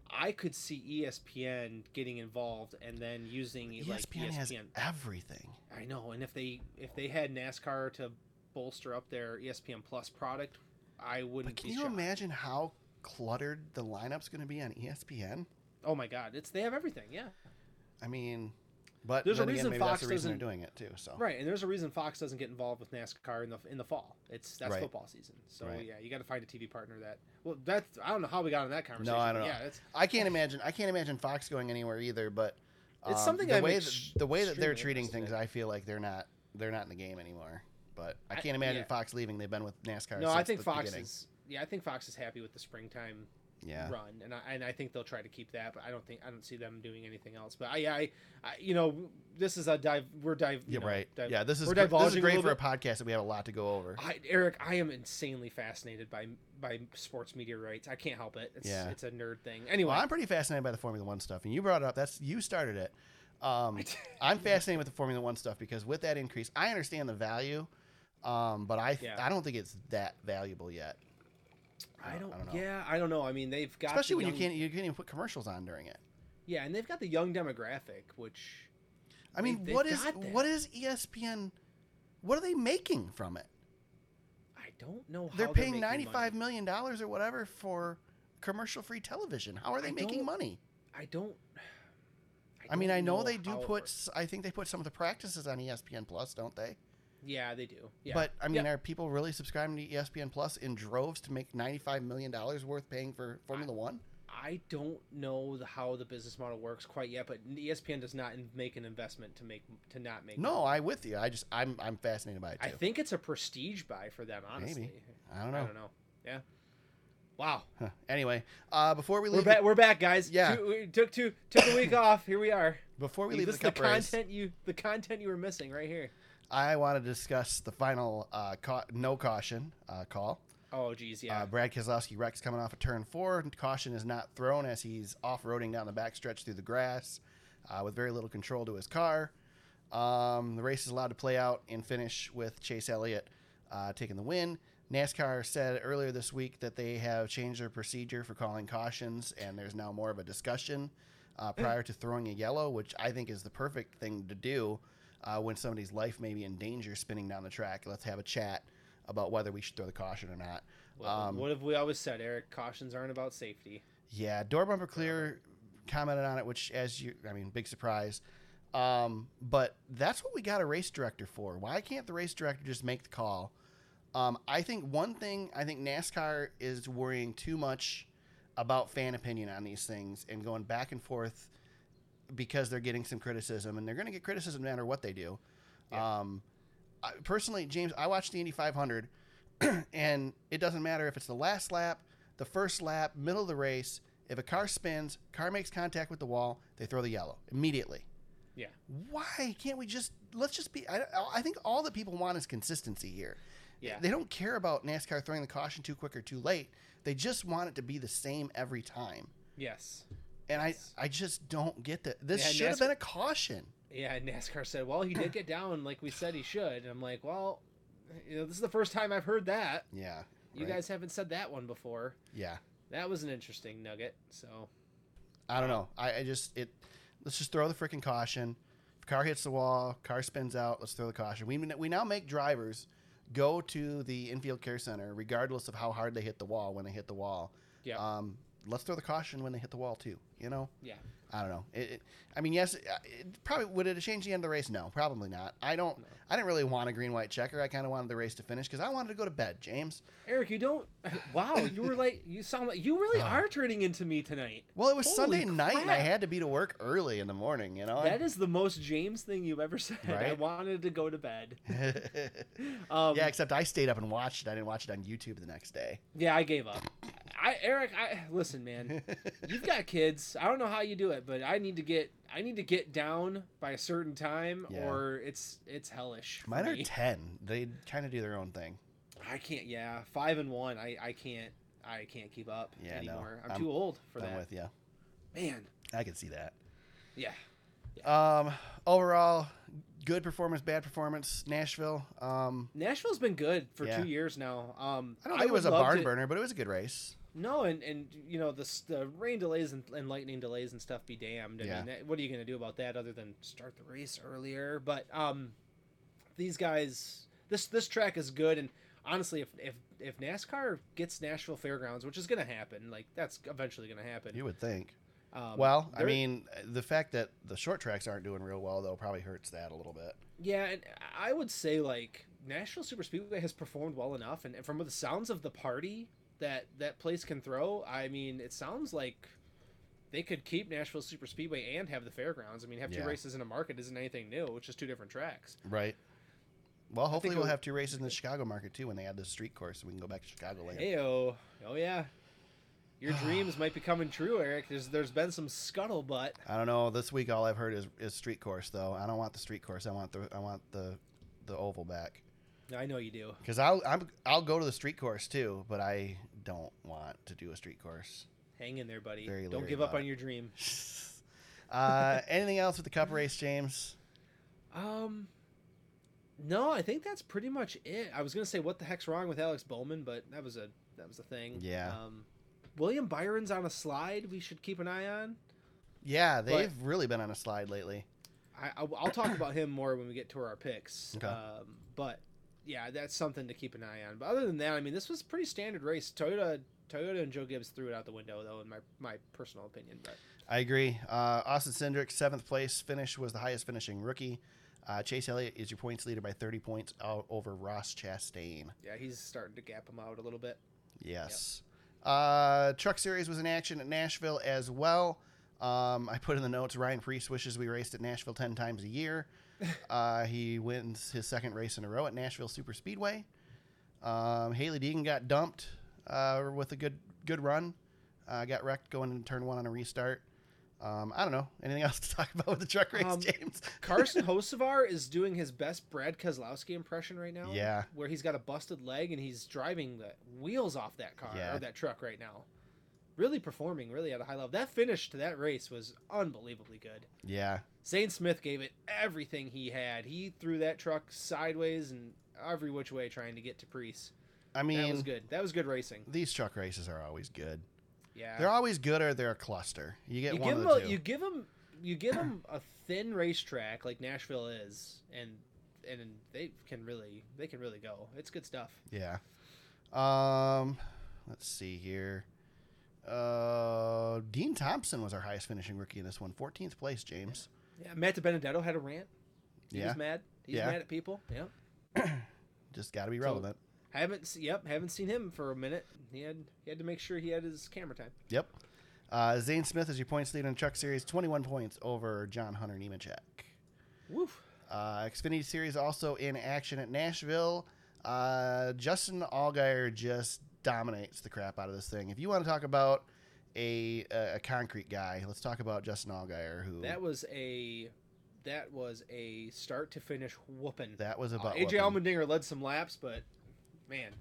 [SPEAKER 3] I could see E ESPN getting involved and then using
[SPEAKER 2] ESPN,
[SPEAKER 3] like E ESPN.
[SPEAKER 2] has everything.
[SPEAKER 3] I know, and if they if they had NASCAR to bolster up their E ESPN Plus product, I
[SPEAKER 2] But
[SPEAKER 3] wouldn't
[SPEAKER 2] can
[SPEAKER 3] be
[SPEAKER 2] you
[SPEAKER 3] shocked.
[SPEAKER 2] imagine how cluttered the lineup's going to be on E ESPN?
[SPEAKER 3] Oh my God, it's they have everything, yeah.
[SPEAKER 2] I mean, but
[SPEAKER 3] There's a
[SPEAKER 2] then again,
[SPEAKER 3] reason
[SPEAKER 2] maybe
[SPEAKER 3] Fox
[SPEAKER 2] that's the reason
[SPEAKER 3] doesn't-
[SPEAKER 2] they're doing it too. So
[SPEAKER 3] Right, and there's a reason Fox doesn't get involved with NASCAR in the in the fall. It's that's
[SPEAKER 2] Right.
[SPEAKER 3] football season, so
[SPEAKER 2] Right.
[SPEAKER 3] yeah, you got to find a TV partner that. Well, that's I don't know how we got on that conversation.
[SPEAKER 2] I
[SPEAKER 3] but
[SPEAKER 2] don't know.
[SPEAKER 3] Yeah, that's
[SPEAKER 2] I can't imagine. I can't imagine Fox going anywhere either. But
[SPEAKER 3] It's
[SPEAKER 2] um,
[SPEAKER 3] something
[SPEAKER 2] the
[SPEAKER 3] I'm
[SPEAKER 2] way
[SPEAKER 3] ex-
[SPEAKER 2] that, the way that they're
[SPEAKER 3] extremely
[SPEAKER 2] treating
[SPEAKER 3] interested
[SPEAKER 2] things.
[SPEAKER 3] in.
[SPEAKER 2] I feel like they're not they're not in the game anymore. But I
[SPEAKER 3] I-
[SPEAKER 2] can't imagine
[SPEAKER 3] yeah.
[SPEAKER 2] Fox leaving. They've been with NASCAR.
[SPEAKER 3] no.
[SPEAKER 2] since
[SPEAKER 3] I think
[SPEAKER 2] the
[SPEAKER 3] Fox
[SPEAKER 2] beginning.
[SPEAKER 3] is. Yeah, I think Fox is happy with the springtime
[SPEAKER 2] Yeah,
[SPEAKER 3] run, and I and I think they'll try to keep that. But I don't think I don't see them doing anything else. But I, I, I you know, this is a dive. We're dive. you
[SPEAKER 2] yeah,
[SPEAKER 3] know,
[SPEAKER 2] right.
[SPEAKER 3] dive-
[SPEAKER 2] yeah, this is
[SPEAKER 3] we're
[SPEAKER 2] gr- this is
[SPEAKER 3] divulging a
[SPEAKER 2] great
[SPEAKER 3] little
[SPEAKER 2] for a podcast that we have a lot to go over.
[SPEAKER 3] I, Eric, I am insanely fascinated by by sports media rights. I can't help it. It's,
[SPEAKER 2] Yeah.
[SPEAKER 3] it's a nerd thing. Anyway,
[SPEAKER 2] Well, I'm pretty fascinated by the Formula One stuff, and you brought it up. That's you started it. Um, I'm fascinated with the Formula One stuff because with that increase, I understand the value, um, but I
[SPEAKER 3] Yeah.
[SPEAKER 2] I don't think it's that valuable yet.
[SPEAKER 3] I don't.
[SPEAKER 2] I don't know.
[SPEAKER 3] Yeah, I don't know. I mean, they've got the
[SPEAKER 2] Especially when you
[SPEAKER 3] young-
[SPEAKER 2] can't you can't even put commercials on during it.
[SPEAKER 3] Yeah, and they've got the young demographic, which
[SPEAKER 2] I mean,
[SPEAKER 3] They-
[SPEAKER 2] what
[SPEAKER 3] they've
[SPEAKER 2] is
[SPEAKER 3] got that.
[SPEAKER 2] what is E ESPN? What are they making from it?
[SPEAKER 3] I don't know. How
[SPEAKER 2] They're paying
[SPEAKER 3] ninety
[SPEAKER 2] ninety-five million dollars or whatever for commercial-free television. How are they
[SPEAKER 3] I
[SPEAKER 2] making
[SPEAKER 3] don't-
[SPEAKER 2] money?
[SPEAKER 3] I don't.
[SPEAKER 2] I mean,
[SPEAKER 3] don't
[SPEAKER 2] I know, they do
[SPEAKER 3] how it
[SPEAKER 2] put.
[SPEAKER 3] works.
[SPEAKER 2] s- I think they put some of the practices on E ESPN Plus, don't they?
[SPEAKER 3] Yeah, they do. Yeah,
[SPEAKER 2] But I mean,
[SPEAKER 3] Yeah.
[SPEAKER 2] are people really subscribing to E ESPN Plus in droves to make ninety-five million dollars worth paying for Formula One?
[SPEAKER 3] I don't know the, how the business model works quite yet. But E ESPN does not in- make an investment to make to not make.
[SPEAKER 2] No, I with you. I just I'm I'm fascinated by it
[SPEAKER 3] I
[SPEAKER 2] too.
[SPEAKER 3] think it's a prestige buy for them. Honestly,
[SPEAKER 2] I, don't know.
[SPEAKER 3] I don't know. Yeah. Wow.
[SPEAKER 2] Huh. Anyway, uh, before we
[SPEAKER 3] We're
[SPEAKER 2] leave,
[SPEAKER 3] back. We're back, guys.
[SPEAKER 2] Yeah.
[SPEAKER 3] Two, we took two. Took a week off. Here we are.
[SPEAKER 2] the, before we leave
[SPEAKER 3] this
[SPEAKER 2] the
[SPEAKER 3] is the
[SPEAKER 2] cup race,
[SPEAKER 3] content you. The content you were missing right here.
[SPEAKER 2] I want to discuss the final uh, ca- no caution uh, call.
[SPEAKER 3] Oh, geez. Yeah.
[SPEAKER 2] Uh, Brad Keselowski wrecks coming off a turn four. and Caution is not thrown as he's off roading down the backstretch through the grass uh, with very little control to his car. Um, the race is allowed to play out and finish with Chase Elliott uh, taking the win. NASCAR said earlier this week that they have changed their procedure for calling cautions, and there's now more of a discussion uh, prior to throwing a yellow, which I think is the perfect thing to do uh, when somebody's life may be in danger spinning down the track. Let's have a chat about whether we should throw the caution or not.
[SPEAKER 3] Well,
[SPEAKER 2] um,
[SPEAKER 3] what have we always said, Eric? Cautions aren't about safety.
[SPEAKER 2] Yeah, door bumper clear commented on it, which as you, I mean, big surprise. Um, but that's what we got a race director for. Why can't the race director just make the call? Um, I think one thing I think NASCAR is worrying too much about fan opinion on these things and going back and forth because they're getting some criticism and they're going to get criticism no matter what they do. Um, I, personally, James, I watched the Indy 500, and it doesn't matter if it's the last lap, the first lap, middle of the race. If a car spins, car makes contact with the wall, they throw the yellow immediately.
[SPEAKER 3] Yeah.
[SPEAKER 2] Why can't we just let's just be? I, I think all that people want is consistency here.
[SPEAKER 3] Yeah.
[SPEAKER 2] They don't care about NASCAR throwing the caution too quick or too late. They just want it to be the same every time.
[SPEAKER 3] Yes.
[SPEAKER 2] And I,
[SPEAKER 3] Yes.
[SPEAKER 2] I just don't get that. This
[SPEAKER 3] Yeah,
[SPEAKER 2] should have
[SPEAKER 3] NASCAR
[SPEAKER 2] been a caution.
[SPEAKER 3] Yeah. And NASCAR said, "Well, he did get down, like we said he should." And I'm like, "Well, you know, this is the first time I've heard that.
[SPEAKER 2] Yeah.
[SPEAKER 3] You
[SPEAKER 2] right?
[SPEAKER 3] guys haven't said that one before.
[SPEAKER 2] Yeah.
[SPEAKER 3] That was an interesting nugget." So
[SPEAKER 2] I don't know. I, I just it. Let's just throw the freaking caution. Car hits the wall. Car spins out. Let's throw the caution. We we now make drivers go to the infield care center, regardless of how hard they hit the wall. When they hit the wall,
[SPEAKER 3] Yeah.
[SPEAKER 2] um, let's throw the caution when they hit the wall too. You know,
[SPEAKER 3] yeah.
[SPEAKER 2] I don't know. It, it, I mean, yes, it, it probably would it have changed the end of the race? No, probably not. I don't.
[SPEAKER 3] No.
[SPEAKER 2] I didn't really want a green white checker. I kind of wanted the race to finish because I wanted to go to bed, James.
[SPEAKER 3] Eric, you don't. Wow, you were like you sound like you really
[SPEAKER 2] Oh.
[SPEAKER 3] are turning into me tonight.
[SPEAKER 2] Well, it was
[SPEAKER 3] Holy
[SPEAKER 2] Sunday night, and I
[SPEAKER 3] crap.
[SPEAKER 2] had to be to work early in the morning. You know.
[SPEAKER 3] That is the most James thing you've ever said. I
[SPEAKER 2] Right?
[SPEAKER 3] wanted to go to bed.
[SPEAKER 2] yeah,
[SPEAKER 3] Um,
[SPEAKER 2] except I stayed up and watched it. I didn't watch it on YouTube the next day.
[SPEAKER 3] yeah, I gave up. I Eric, I listen, man. You've got kids. I don't know how you do it, but I need to get I need to get down by a certain time,
[SPEAKER 2] Yeah.
[SPEAKER 3] or it's it's hellish. for
[SPEAKER 2] Mine are
[SPEAKER 3] me.
[SPEAKER 2] ten. They kind of do their own thing.
[SPEAKER 3] I can't. Yeah, five and one. I I can't. I can't keep up
[SPEAKER 2] Yeah, no.
[SPEAKER 3] anymore. I'm,
[SPEAKER 2] I'm-
[SPEAKER 3] too old for
[SPEAKER 2] I'm
[SPEAKER 3] that.
[SPEAKER 2] with you.
[SPEAKER 3] Man,
[SPEAKER 2] I can see that.
[SPEAKER 3] yeah,
[SPEAKER 2] Um, overall, good performance, bad performance. Nashville. Um,
[SPEAKER 3] Nashville's been good for
[SPEAKER 2] Yeah.
[SPEAKER 3] two years now. Um,
[SPEAKER 2] I don't think it
[SPEAKER 3] would
[SPEAKER 2] was a
[SPEAKER 3] love
[SPEAKER 2] barn
[SPEAKER 3] to-
[SPEAKER 2] burner, but it was a good race.
[SPEAKER 3] No, and and you know the s- the rain delays and, and lightning delays and stuff be damned. I
[SPEAKER 2] Yeah.
[SPEAKER 3] mean, that, what are you gonna do about that other than start the race earlier? But um, these guys, this this track is good, and honestly, if if if NASCAR gets Nashville Fairgrounds, which is gonna happen, like that's eventually gonna happen.
[SPEAKER 2] You would think.
[SPEAKER 3] um,
[SPEAKER 2] well, I
[SPEAKER 3] they're-
[SPEAKER 2] mean, the fact that the short tracks aren't doing real well though probably hurts that a little bit.
[SPEAKER 3] Yeah, and I would say like Nashville Super Speedway has performed well enough, and, and from the sounds of the party that that place can throw, I mean, it sounds like they could keep Nashville Super Speedway and have the fairgrounds. I mean, have two
[SPEAKER 2] Yeah.
[SPEAKER 3] races in a market isn't anything new; it's just two different tracks.
[SPEAKER 2] Right. Well, hopefully
[SPEAKER 3] it
[SPEAKER 2] we'll
[SPEAKER 3] would-
[SPEAKER 2] have two races in the Chicago market too when they add the street course. We can go back to Chicagoland.
[SPEAKER 3] Hey, oh, oh yeah, your dreams might be coming true, Eric. There's there's been some scuttlebutt.
[SPEAKER 2] I don't know. This week all I've heard is, is street course though. I don't want the street course. I want the I want the the oval back
[SPEAKER 3] I know you do.
[SPEAKER 2] because I'll I'm, I'll go to the street course too, but I don't want to do a street course.
[SPEAKER 3] Hang in there, buddy.
[SPEAKER 2] Very
[SPEAKER 3] Don't
[SPEAKER 2] leery
[SPEAKER 3] give up
[SPEAKER 2] about
[SPEAKER 3] on
[SPEAKER 2] it.
[SPEAKER 3] your dream.
[SPEAKER 2] uh, anything else with the cup race, James?
[SPEAKER 3] Um, no, I think that's pretty much it. I was gonna say what the heck's wrong with Alex Bowman, but that was a that was a thing.
[SPEAKER 2] Yeah.
[SPEAKER 3] Um, William Byron's on a slide. We should keep an eye on.
[SPEAKER 2] Yeah, they've really been on a slide lately.
[SPEAKER 3] I, I will talk about him more when we get to our picks.
[SPEAKER 2] Okay.
[SPEAKER 3] Um, but yeah, that's something to keep an eye on. But other than that, I mean, this was a pretty standard race. Toyota Toyota and Joe Gibbs threw it out the window though, in my my personal opinion. But
[SPEAKER 2] I agree. Uh, Austin Cindric, seventh place finish, was the highest finishing rookie. Uh, Chase Elliott is your points leader by 30 points out over Ross Chastain.
[SPEAKER 3] yeah, he's starting to gap him out a little bit.
[SPEAKER 2] Yes. Uh, Truck Series was in action at Nashville as well. Um, I put in the notes Ryan Priest wishes we raced at Nashville 10 times a year. Uh, he wins his second race in a row at Nashville Super Speedway. Um, Haley Deegan got dumped uh, with a good good run. Uh, got wrecked going into turn one on a restart. Um, I don't know. Anything else to talk about with the truck race,
[SPEAKER 3] Um,
[SPEAKER 2] James?
[SPEAKER 3] Carson Hosevar is doing his best Brad Keselowski impression right now.
[SPEAKER 2] Yeah.
[SPEAKER 3] Where he's got a busted leg and he's driving the wheels off that car
[SPEAKER 2] Yeah.
[SPEAKER 3] or that truck right now. Really performing really at a high level. That finish to that race was unbelievably good.
[SPEAKER 2] Yeah.
[SPEAKER 3] Zane Smith gave it everything he had. He threw that truck sideways and every which way trying to get to Priest.
[SPEAKER 2] I
[SPEAKER 3] that was
[SPEAKER 2] mean,
[SPEAKER 3] good. That was good racing.
[SPEAKER 2] these truck races are always good.
[SPEAKER 3] Yeah.
[SPEAKER 2] They're always good or they're a cluster. You get
[SPEAKER 3] you
[SPEAKER 2] one
[SPEAKER 3] give
[SPEAKER 2] of the
[SPEAKER 3] them a,
[SPEAKER 2] two.
[SPEAKER 3] you give 'em- you give 'em a thin racetrack like Nashville is and and they can really they can really go it's good stuff
[SPEAKER 2] Yeah. Um, let's see here. Uh, Dean Thompson was our highest finishing rookie in this one, 14th place, James.
[SPEAKER 3] yeah Matt Benedetto had a rant he
[SPEAKER 2] Yeah,
[SPEAKER 3] was mad he's
[SPEAKER 2] Yeah.
[SPEAKER 3] mad at people yeah
[SPEAKER 2] just got to be
[SPEAKER 3] So-
[SPEAKER 2] relevant.
[SPEAKER 3] haven't se- yep haven't seen him for a minute he had he had to make sure he had his camera time
[SPEAKER 2] yep. Uh, Zane Smith is your points leader in the truck series, 21 points over John Hunter Nemechek.
[SPEAKER 3] woof
[SPEAKER 2] Uh, Xfinity series also in action at Nashville. Uh, Justin Allgaier just dominates the crap out of this thing. If you want to talk about a, a, a concrete guy, let's talk about Justin Allgaier, who
[SPEAKER 3] that was a that was a start to finish whooping
[SPEAKER 2] that was
[SPEAKER 3] uh,
[SPEAKER 2] about
[SPEAKER 3] AJ Allmendinger led some laps but man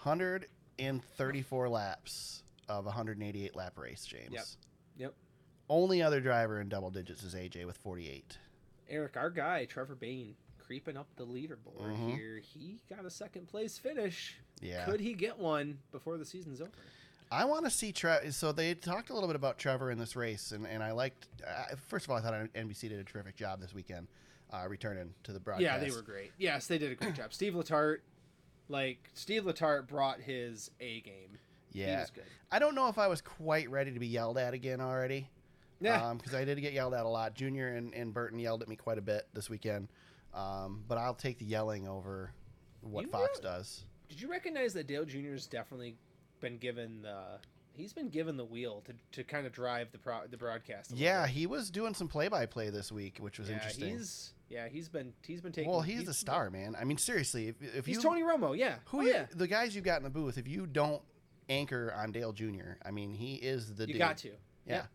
[SPEAKER 2] 134 laps of a 188 lap race, James.
[SPEAKER 3] Yep. Yep.
[SPEAKER 2] Only other driver in double digits is AJ with 48.
[SPEAKER 3] Eric, our guy, Trevor Bain, creeping up the leaderboard
[SPEAKER 2] Mhm.
[SPEAKER 3] here. He got a second place finish.
[SPEAKER 2] Yeah.
[SPEAKER 3] Could he get one before the season's over?
[SPEAKER 2] I want to see Trevor. So they talked a little bit about Trevor in this race, and, and I liked. Uh, first of all, I thought NBC did a terrific job this weekend, uh, returning to the broadcast.
[SPEAKER 3] Yeah, they were great. Yes, they did a great job. Steve Letarte, like Steve Letarte, brought his A game. he
[SPEAKER 2] Yeah,
[SPEAKER 3] was good.
[SPEAKER 2] I don't know if I was quite ready to be yelled at again already.
[SPEAKER 3] Yeah,
[SPEAKER 2] because I did get yelled at a lot. Junior and, and Burton yelled at me quite a bit this weekend, um, but I'll take the yelling over what
[SPEAKER 3] You
[SPEAKER 2] Fox
[SPEAKER 3] really-
[SPEAKER 2] does.
[SPEAKER 3] did you recognize that Dale Jr.'s definitely been given the he's been given the wheel to, to kind of drive the pro, the broadcast. a little
[SPEAKER 2] Yeah,
[SPEAKER 3] bit.
[SPEAKER 2] he was doing some play-by-play this week, which was
[SPEAKER 3] yeah,
[SPEAKER 2] interesting.
[SPEAKER 3] He's yeah, he's been he's been taking.
[SPEAKER 2] Well, he's, the star, man. I mean, seriously, if, if
[SPEAKER 3] He's
[SPEAKER 2] you
[SPEAKER 3] Tony Romo. Yeah.
[SPEAKER 2] who
[SPEAKER 3] Oh,
[SPEAKER 2] you-
[SPEAKER 3] yeah.
[SPEAKER 2] the guys you got in the booth, if you don't anchor on Dale Jr., I mean, he is the
[SPEAKER 3] You
[SPEAKER 2] dude.
[SPEAKER 3] got to.
[SPEAKER 2] Yeah.
[SPEAKER 3] Yep.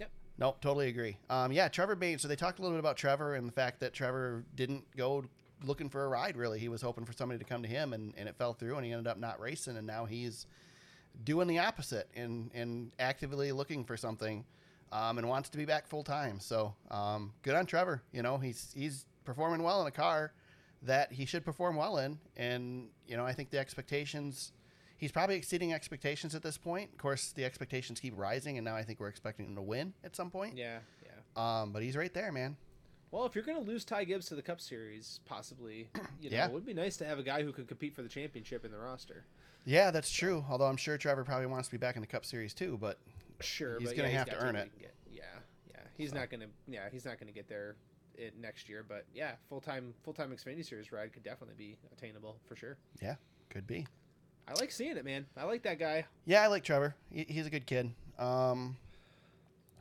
[SPEAKER 3] Yep.
[SPEAKER 2] Nope, totally agree. Um, yeah, Trevor Bain. So they talked a little bit about Trevor and the fact that Trevor didn't go looking for a ride. Really, he was hoping for somebody to come to him, and, and it fell through, and he ended up not racing, and now he's doing the opposite and and actively looking for something, um, and wants to be back full time. So um, good on Trevor. You know, he's he's performing well in a car that he should perform well in, and you know, I think the expectations he's probably exceeding expectations at this point. Of course, the expectations keep rising, and now I think we're expecting him to win at some point.
[SPEAKER 3] Yeah. Yeah.
[SPEAKER 2] Um, but he's right there, man.
[SPEAKER 3] Well, if you're going to lose Ty Gibbs to the Cup Series, possibly, you know,
[SPEAKER 2] Yeah.
[SPEAKER 3] it would be nice to have a guy who could compete for the championship in the roster.
[SPEAKER 2] Yeah, that's true. Although I'm sure Trevor probably wants to be back in the Cup Series too. But
[SPEAKER 3] Sure,
[SPEAKER 2] He's
[SPEAKER 3] but
[SPEAKER 2] gonna
[SPEAKER 3] yeah,
[SPEAKER 2] have to
[SPEAKER 3] got what
[SPEAKER 2] earn
[SPEAKER 3] he
[SPEAKER 2] it.
[SPEAKER 3] can get. Yeah, yeah, he's not gonna. Yeah, he's not gonna get there it, next year. But yeah, full time, full time Xfinity Series ride could definitely be attainable for sure.
[SPEAKER 2] could be.
[SPEAKER 3] I like seeing it, man. I like that guy.
[SPEAKER 2] Yeah, I like Trevor. He, he's a good kid. Um,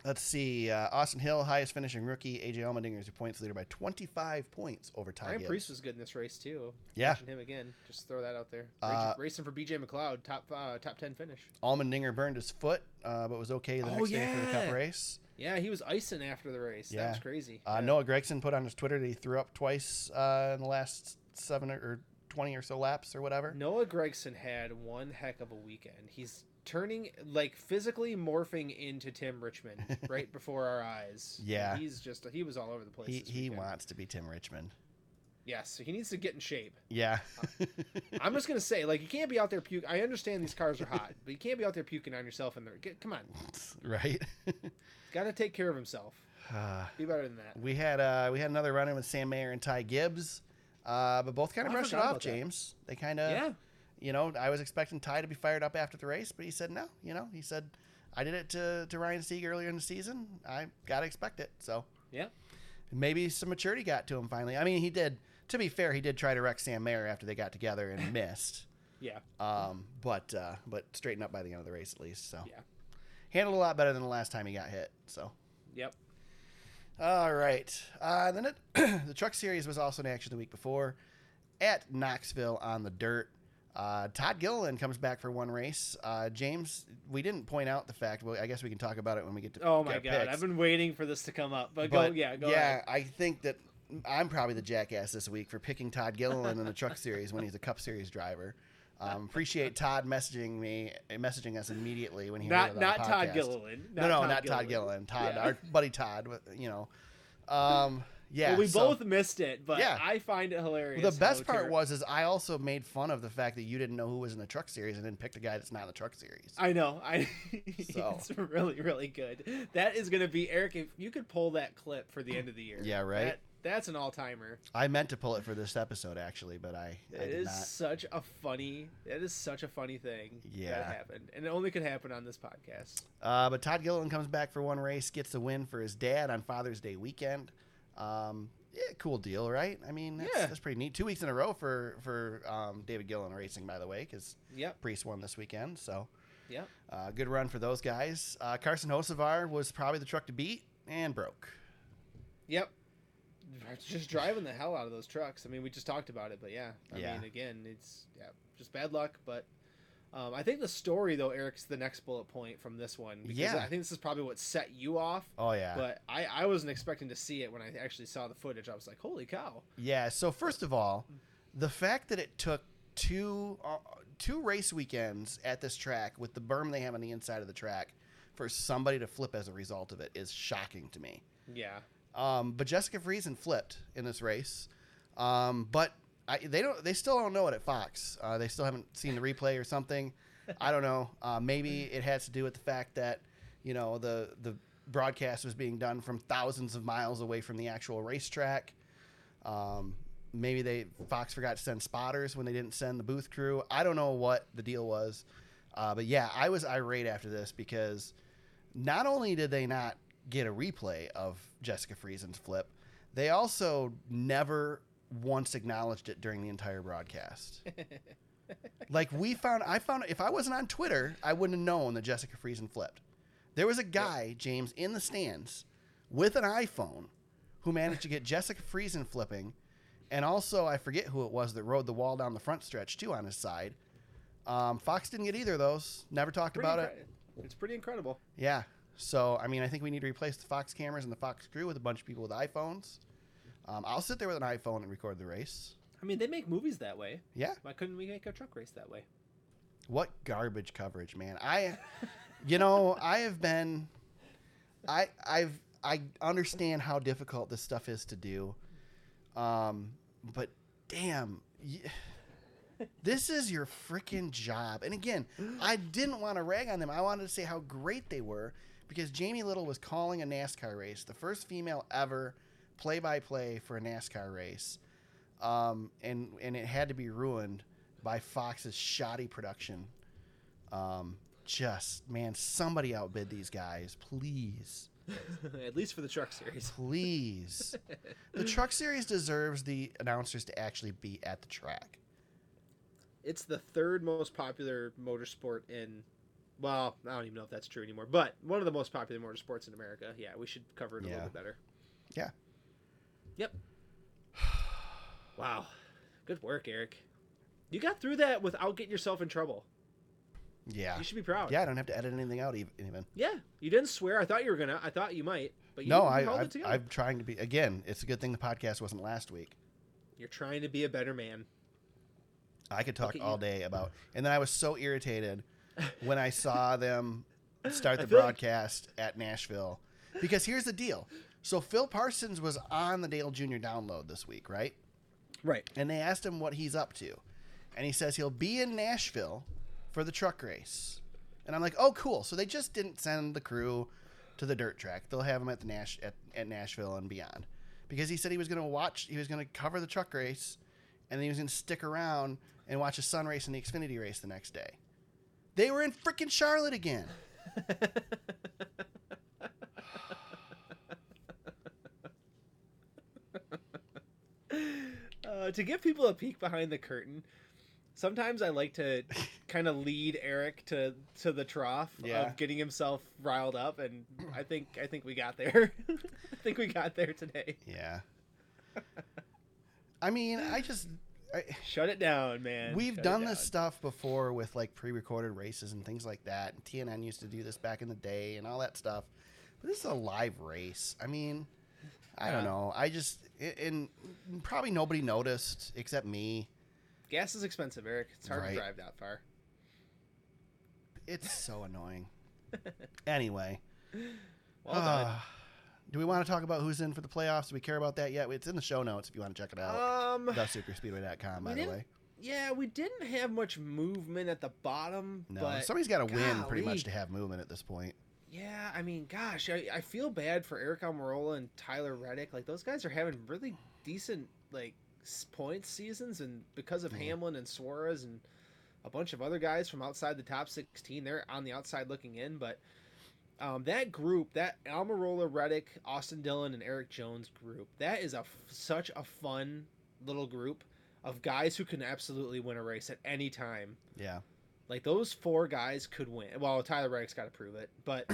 [SPEAKER 2] let's see. Uh, Austin Hill, highest finishing rookie. AJ Allmendinger is your points leader by 25 points over Ty
[SPEAKER 3] Ryan
[SPEAKER 2] Gibbs.
[SPEAKER 3] Priest was good in this race too.
[SPEAKER 2] Yeah,
[SPEAKER 3] Mention him again. Just throw that out there. Racing,
[SPEAKER 2] Uh,
[SPEAKER 3] racing for BJ McLeod, top uh, top ten finish.
[SPEAKER 2] Allmendinger burned his foot, uh, but was okay the
[SPEAKER 3] Oh,
[SPEAKER 2] next day for the
[SPEAKER 3] yeah.
[SPEAKER 2] Cup race.
[SPEAKER 3] Yeah, he was icing after the race. That was
[SPEAKER 2] Yeah.
[SPEAKER 3] crazy.
[SPEAKER 2] Uh,
[SPEAKER 3] Yeah.
[SPEAKER 2] Noah Gregson put on his Twitter that he threw up twice uh, in the last seven or- or 20 or so laps or whatever.
[SPEAKER 3] Noah Gregson had one heck of a weekend. He's turning like physically morphing into Tim Richmond right before our eyes.
[SPEAKER 2] Yeah.
[SPEAKER 3] he's just he was all over the place.
[SPEAKER 2] He,
[SPEAKER 3] this
[SPEAKER 2] he
[SPEAKER 3] weekend.
[SPEAKER 2] wants to be Tim Richmond.
[SPEAKER 3] Yes, so he needs to get in shape.
[SPEAKER 2] Yeah.
[SPEAKER 3] I'm just gonna say, like, you can't be out there puking. I understand these cars are hot, but you can't be out there puking on yourself. And get, come on,
[SPEAKER 2] right.
[SPEAKER 3] got to take care of himself.
[SPEAKER 2] Uh,
[SPEAKER 3] Be better than that.
[SPEAKER 2] we had uh, we had another run in with Sam Mayer and Ty Gibbs, uh, but both kind
[SPEAKER 3] I
[SPEAKER 2] of brushed it
[SPEAKER 3] forgot
[SPEAKER 2] off.
[SPEAKER 3] about that.
[SPEAKER 2] James, they kind of,
[SPEAKER 3] yeah,
[SPEAKER 2] you know, I was expecting Ty to be fired up after the race, but he said no. You know, he said, I did it to to Ryan Sieg earlier in the season. I gotta expect it. So
[SPEAKER 3] Yeah.
[SPEAKER 2] maybe some maturity got to him finally. I mean, he did. To be fair, he did try to wreck Sam Mayer after they got together and missed.
[SPEAKER 3] yeah.
[SPEAKER 2] Um, but uh, but straightened up by the end of the race at least. So
[SPEAKER 3] Yeah.
[SPEAKER 2] handled a lot better than the last time he got hit. So
[SPEAKER 3] Yep.
[SPEAKER 2] all right. Uh, then it, the truck series was also in action the week before at Knoxville on the dirt. Uh, Todd Gilliland comes back for one race. Uh, James, we didn't point out the fact. Well, I guess we can talk about it when we get to.
[SPEAKER 3] Oh my
[SPEAKER 2] our
[SPEAKER 3] god,
[SPEAKER 2] picks.
[SPEAKER 3] I've been waiting for this to come up, but, go.
[SPEAKER 2] But,
[SPEAKER 3] Yeah, go.
[SPEAKER 2] yeah,
[SPEAKER 3] ahead.
[SPEAKER 2] I think that I'm probably the jackass this week for picking Todd Gilliland in the Truck Series when he's a Cup Series driver. Um, appreciate Todd messaging me, messaging us immediately when he heard
[SPEAKER 3] Not
[SPEAKER 2] about
[SPEAKER 3] not
[SPEAKER 2] the
[SPEAKER 3] Todd
[SPEAKER 2] podcast.
[SPEAKER 3] Gilliland.
[SPEAKER 2] No, no, not Todd Gilliland. Todd,
[SPEAKER 3] Yeah.
[SPEAKER 2] our buddy Todd. You know, um, yeah.
[SPEAKER 3] well, we
[SPEAKER 2] so-
[SPEAKER 3] both missed it, but
[SPEAKER 2] Yeah.
[SPEAKER 3] I find it hilarious.
[SPEAKER 2] the best
[SPEAKER 3] how
[SPEAKER 2] part
[SPEAKER 3] ter-
[SPEAKER 2] was is I also made fun of the fact that you didn't know who was in the truck series and then picked a guy that's not in the truck series.
[SPEAKER 3] I know. I
[SPEAKER 2] So.
[SPEAKER 3] it's really really good. That is going to be Eric. If you could pull that clip for the end of the year,
[SPEAKER 2] Yeah, right?
[SPEAKER 3] That, that's an all timer.
[SPEAKER 2] I meant to pull it for this episode actually, but I, I
[SPEAKER 3] It
[SPEAKER 2] did
[SPEAKER 3] is
[SPEAKER 2] not.
[SPEAKER 3] such a funny. That is such a funny thing.
[SPEAKER 2] Yeah.
[SPEAKER 3] that happened, and it only could happen on this podcast.
[SPEAKER 2] Uh, but Todd Gilliland comes back for one race, gets the win for his dad on Father's Day weekend. Um, yeah, cool deal, right? I mean, that's,
[SPEAKER 3] Yeah.
[SPEAKER 2] that's pretty neat. Two weeks in a row for for um, David Gilliland Racing, by the way, because
[SPEAKER 3] Yep.
[SPEAKER 2] Priest won this weekend. So,
[SPEAKER 3] Yep.
[SPEAKER 2] uh, good run for those guys. Uh, Carson Hosevar was probably the truck to beat and broke.
[SPEAKER 3] Yep. Just driving the hell out of those trucks. I mean, we just talked about it, but yeah. I
[SPEAKER 2] Yeah.
[SPEAKER 3] mean, again, it's yeah, just bad luck. But um, I think the story, though, Eric's the next bullet point from this one. Because
[SPEAKER 2] Yeah.
[SPEAKER 3] I think this is probably what set you off.
[SPEAKER 2] Oh yeah,
[SPEAKER 3] But I, I wasn't expecting to see it when I actually saw the footage. I was like, holy cow.
[SPEAKER 2] Yeah. So first of all, the fact that it took two uh, two race weekends at this track with the berm they have on the inside of the track for somebody to flip as a result of it is shocking to me.
[SPEAKER 3] Yeah.
[SPEAKER 2] Um, but Jessica Friesen flipped in this race, um, but I, they don't. They still don't know it at Fox. Uh, they still haven't seen the replay or something. I don't know. Uh, maybe it has to do with the fact that you know the the broadcast was being done from thousands of miles away from the actual racetrack. Um, maybe they Fox forgot to send spotters when they didn't send the booth crew. I don't know what the deal was, uh, but yeah, I was irate after this because not only did they not get a replay of Jessica Friesen's flip, they also never once acknowledged it during the entire broadcast. like we found, I found if I wasn't on Twitter, I wouldn't have known that Jessica Friesen flipped. There was a guy, James, in the stands with an iPhone who managed to get Jessica Friesen flipping. And also, I forget who it was that rode the wall down the front stretch, too, on his side. Um, Fox didn't get either of those. Never talked
[SPEAKER 3] Pretty
[SPEAKER 2] about it.
[SPEAKER 3] incre- It's pretty incredible.
[SPEAKER 2] Yeah. So, I mean, I think we need to replace the Fox cameras and the Fox crew with a bunch of people with iPhones. Um, I'll sit there with an iPhone and record the race.
[SPEAKER 1] I mean, they make movies that way.
[SPEAKER 2] Yeah.
[SPEAKER 1] Why couldn't we make a truck race that way?
[SPEAKER 2] What garbage coverage, man. I, you know, I have been, I, I've, I understand how difficult this stuff is to do. Um, but damn, y- this is your freaking job. And again, I didn't want to rag on them. I wanted to say how great they were because Jamie Little was calling a NASCAR race, the first female ever play by play for a NASCAR race. Um, and, and it had to be ruined by Fox's shoddy production. Um, just, man, somebody outbid these guys, please
[SPEAKER 1] At least for the truck series.
[SPEAKER 2] please. the truck series deserves the announcers to actually be at the track.
[SPEAKER 3] It's the third most popular motorsport in. Well, I don't even know if that's true anymore, but one of the most popular motorsports in America. Yeah, we should cover it a
[SPEAKER 2] Yeah.
[SPEAKER 3] little bit better.
[SPEAKER 2] Yeah.
[SPEAKER 1] Yep.
[SPEAKER 3] Wow. Good work, Eric. You got through that without getting yourself in trouble.
[SPEAKER 2] Yeah.
[SPEAKER 3] You should be proud.
[SPEAKER 2] Yeah, I don't have to edit anything out ev- even.
[SPEAKER 3] Yeah, you didn't swear. I thought you were gonna. I thought you might, but you,
[SPEAKER 2] No,
[SPEAKER 3] you
[SPEAKER 2] I,
[SPEAKER 3] held
[SPEAKER 2] I,
[SPEAKER 3] it together.
[SPEAKER 2] I'm trying to be. Again, it's a good thing the podcast wasn't last week.
[SPEAKER 3] You're trying to be a better man.
[SPEAKER 2] I could talk
[SPEAKER 3] at you.
[SPEAKER 2] all day about. And then I was so irritated when I saw them start the
[SPEAKER 3] I feel like-
[SPEAKER 2] broadcast at Nashville. Because here's the deal. So Phil Parsons was on the Dale Jr. download this week, right?
[SPEAKER 3] Right.
[SPEAKER 2] and they asked him what he's up to. And he says he'll be in Nashville for the truck race. And I'm like, oh, cool. So they just didn't send the crew to the dirt track. They'll have him at the Nash at, at Nashville and beyond, because he said he was going to watch. He was going to cover the truck race, and then he was going to stick around and watch a sun race and the Xfinity race the next day. They were in freaking Charlotte again.
[SPEAKER 3] Uh, to give people a peek behind the curtain, sometimes I like to kind of lead Eric to to the trough
[SPEAKER 2] Yeah.
[SPEAKER 3] of getting himself riled up, and I think I think we got there. I think we got there today.
[SPEAKER 2] Yeah. I mean, I just I,
[SPEAKER 3] Shut it down, man.
[SPEAKER 2] We've
[SPEAKER 3] Shut it
[SPEAKER 2] done
[SPEAKER 3] down.
[SPEAKER 2] this stuff before with like pre-recorded races and things like that. And TNN used to do this back in the day and all that stuff. But this is a live race. I mean, I don't
[SPEAKER 3] Yeah.
[SPEAKER 2] know. I just a- and probably nobody noticed except me.
[SPEAKER 3] Gas is expensive, Eric. It's hard
[SPEAKER 2] Right.
[SPEAKER 3] to drive that far.
[SPEAKER 2] It's so annoying. Anyway,
[SPEAKER 3] Well done.
[SPEAKER 2] ah, do we want to talk about who's in for the playoffs? Do we care about that yet? It's in the show notes if you want to check it out.
[SPEAKER 3] Um,
[SPEAKER 2] TheSuperspeedway.com,
[SPEAKER 3] we
[SPEAKER 2] by the
[SPEAKER 3] didn't-
[SPEAKER 2] way.
[SPEAKER 3] yeah, we didn't have much movement at the bottom,
[SPEAKER 2] No,
[SPEAKER 3] but
[SPEAKER 2] somebody's got to win pretty
[SPEAKER 3] golly.
[SPEAKER 2] much to have movement at this point.
[SPEAKER 3] Yeah, I mean, gosh, I, I feel bad for Eric Almirola and Tyler Reddick. Like those guys are having really decent like s- point seasons, and because of
[SPEAKER 2] Yeah.
[SPEAKER 3] Hamlin and Suarez and a bunch of other guys from outside the top sixteen, they're on the outside looking in. But um, that group, that Almirola, Reddick, Austin Dillon, and Eric Jones group, that is a f- such a fun little group of guys who can absolutely win a race at any time.
[SPEAKER 2] Yeah.
[SPEAKER 3] Like those four guys could win. Well, Tyler Reddick's got to prove it, but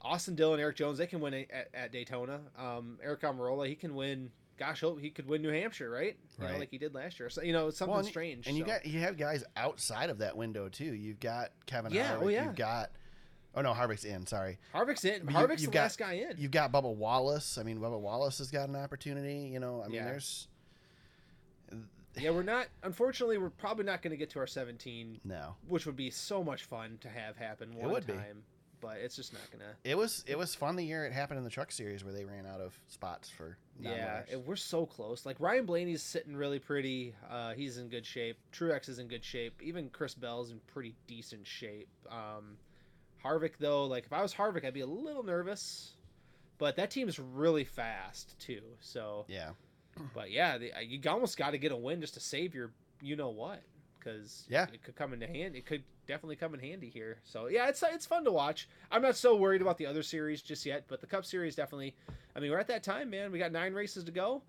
[SPEAKER 3] Austin Dillon, Eric Jones, they can win a- at, at Daytona. Um, Eric Almirola, he can win. Gosh, he'll- he could win New Hampshire, right? You know,
[SPEAKER 2] Right.
[SPEAKER 3] like he did last year. So, you know, it's something
[SPEAKER 2] Well,
[SPEAKER 3] strange.
[SPEAKER 2] And you
[SPEAKER 3] so.
[SPEAKER 2] got you have guys outside of that window too. You've got Kevin
[SPEAKER 3] Yeah,
[SPEAKER 2] Harvick.
[SPEAKER 3] oh, yeah.
[SPEAKER 2] You've got oh no, Harvick's in. Sorry,
[SPEAKER 3] Harvick's in.
[SPEAKER 2] But you-
[SPEAKER 3] Harvick's
[SPEAKER 2] you've
[SPEAKER 3] the
[SPEAKER 2] got-
[SPEAKER 3] last guy in.
[SPEAKER 2] you've got Bubba Wallace. I mean, Bubba Wallace has got an opportunity. You know, I mean,
[SPEAKER 3] Yeah.
[SPEAKER 2] there's
[SPEAKER 3] yeah, we're not. Unfortunately, we're probably not going to get to our 17,
[SPEAKER 2] no.
[SPEAKER 3] which would be so much fun to have happen one
[SPEAKER 2] would be.
[SPEAKER 3] time. but it's just not gonna.
[SPEAKER 2] It was it was fun the year it happened in the truck series where they ran out of spots for
[SPEAKER 3] Yeah,
[SPEAKER 2] non-winners.
[SPEAKER 3] it, we're so close. Like Ryan Blaney's sitting really pretty. Uh, he's in good shape. Truex is in good shape. Even Chris Bell's in pretty decent shape. Um, Harvick though, like if I was Harvick, I'd be a little nervous. But that team's really fast too. So,
[SPEAKER 2] yeah.
[SPEAKER 3] but yeah, the, uh, you almost got to get a win just to save your, you know what, because
[SPEAKER 2] Yeah.
[SPEAKER 3] it could come into hand. It could definitely come in handy here. So yeah, it's it's fun to watch. I'm not so worried about the other series just yet, but the Cup Series definitely. I mean, we're at that time, man. We got nine races to go.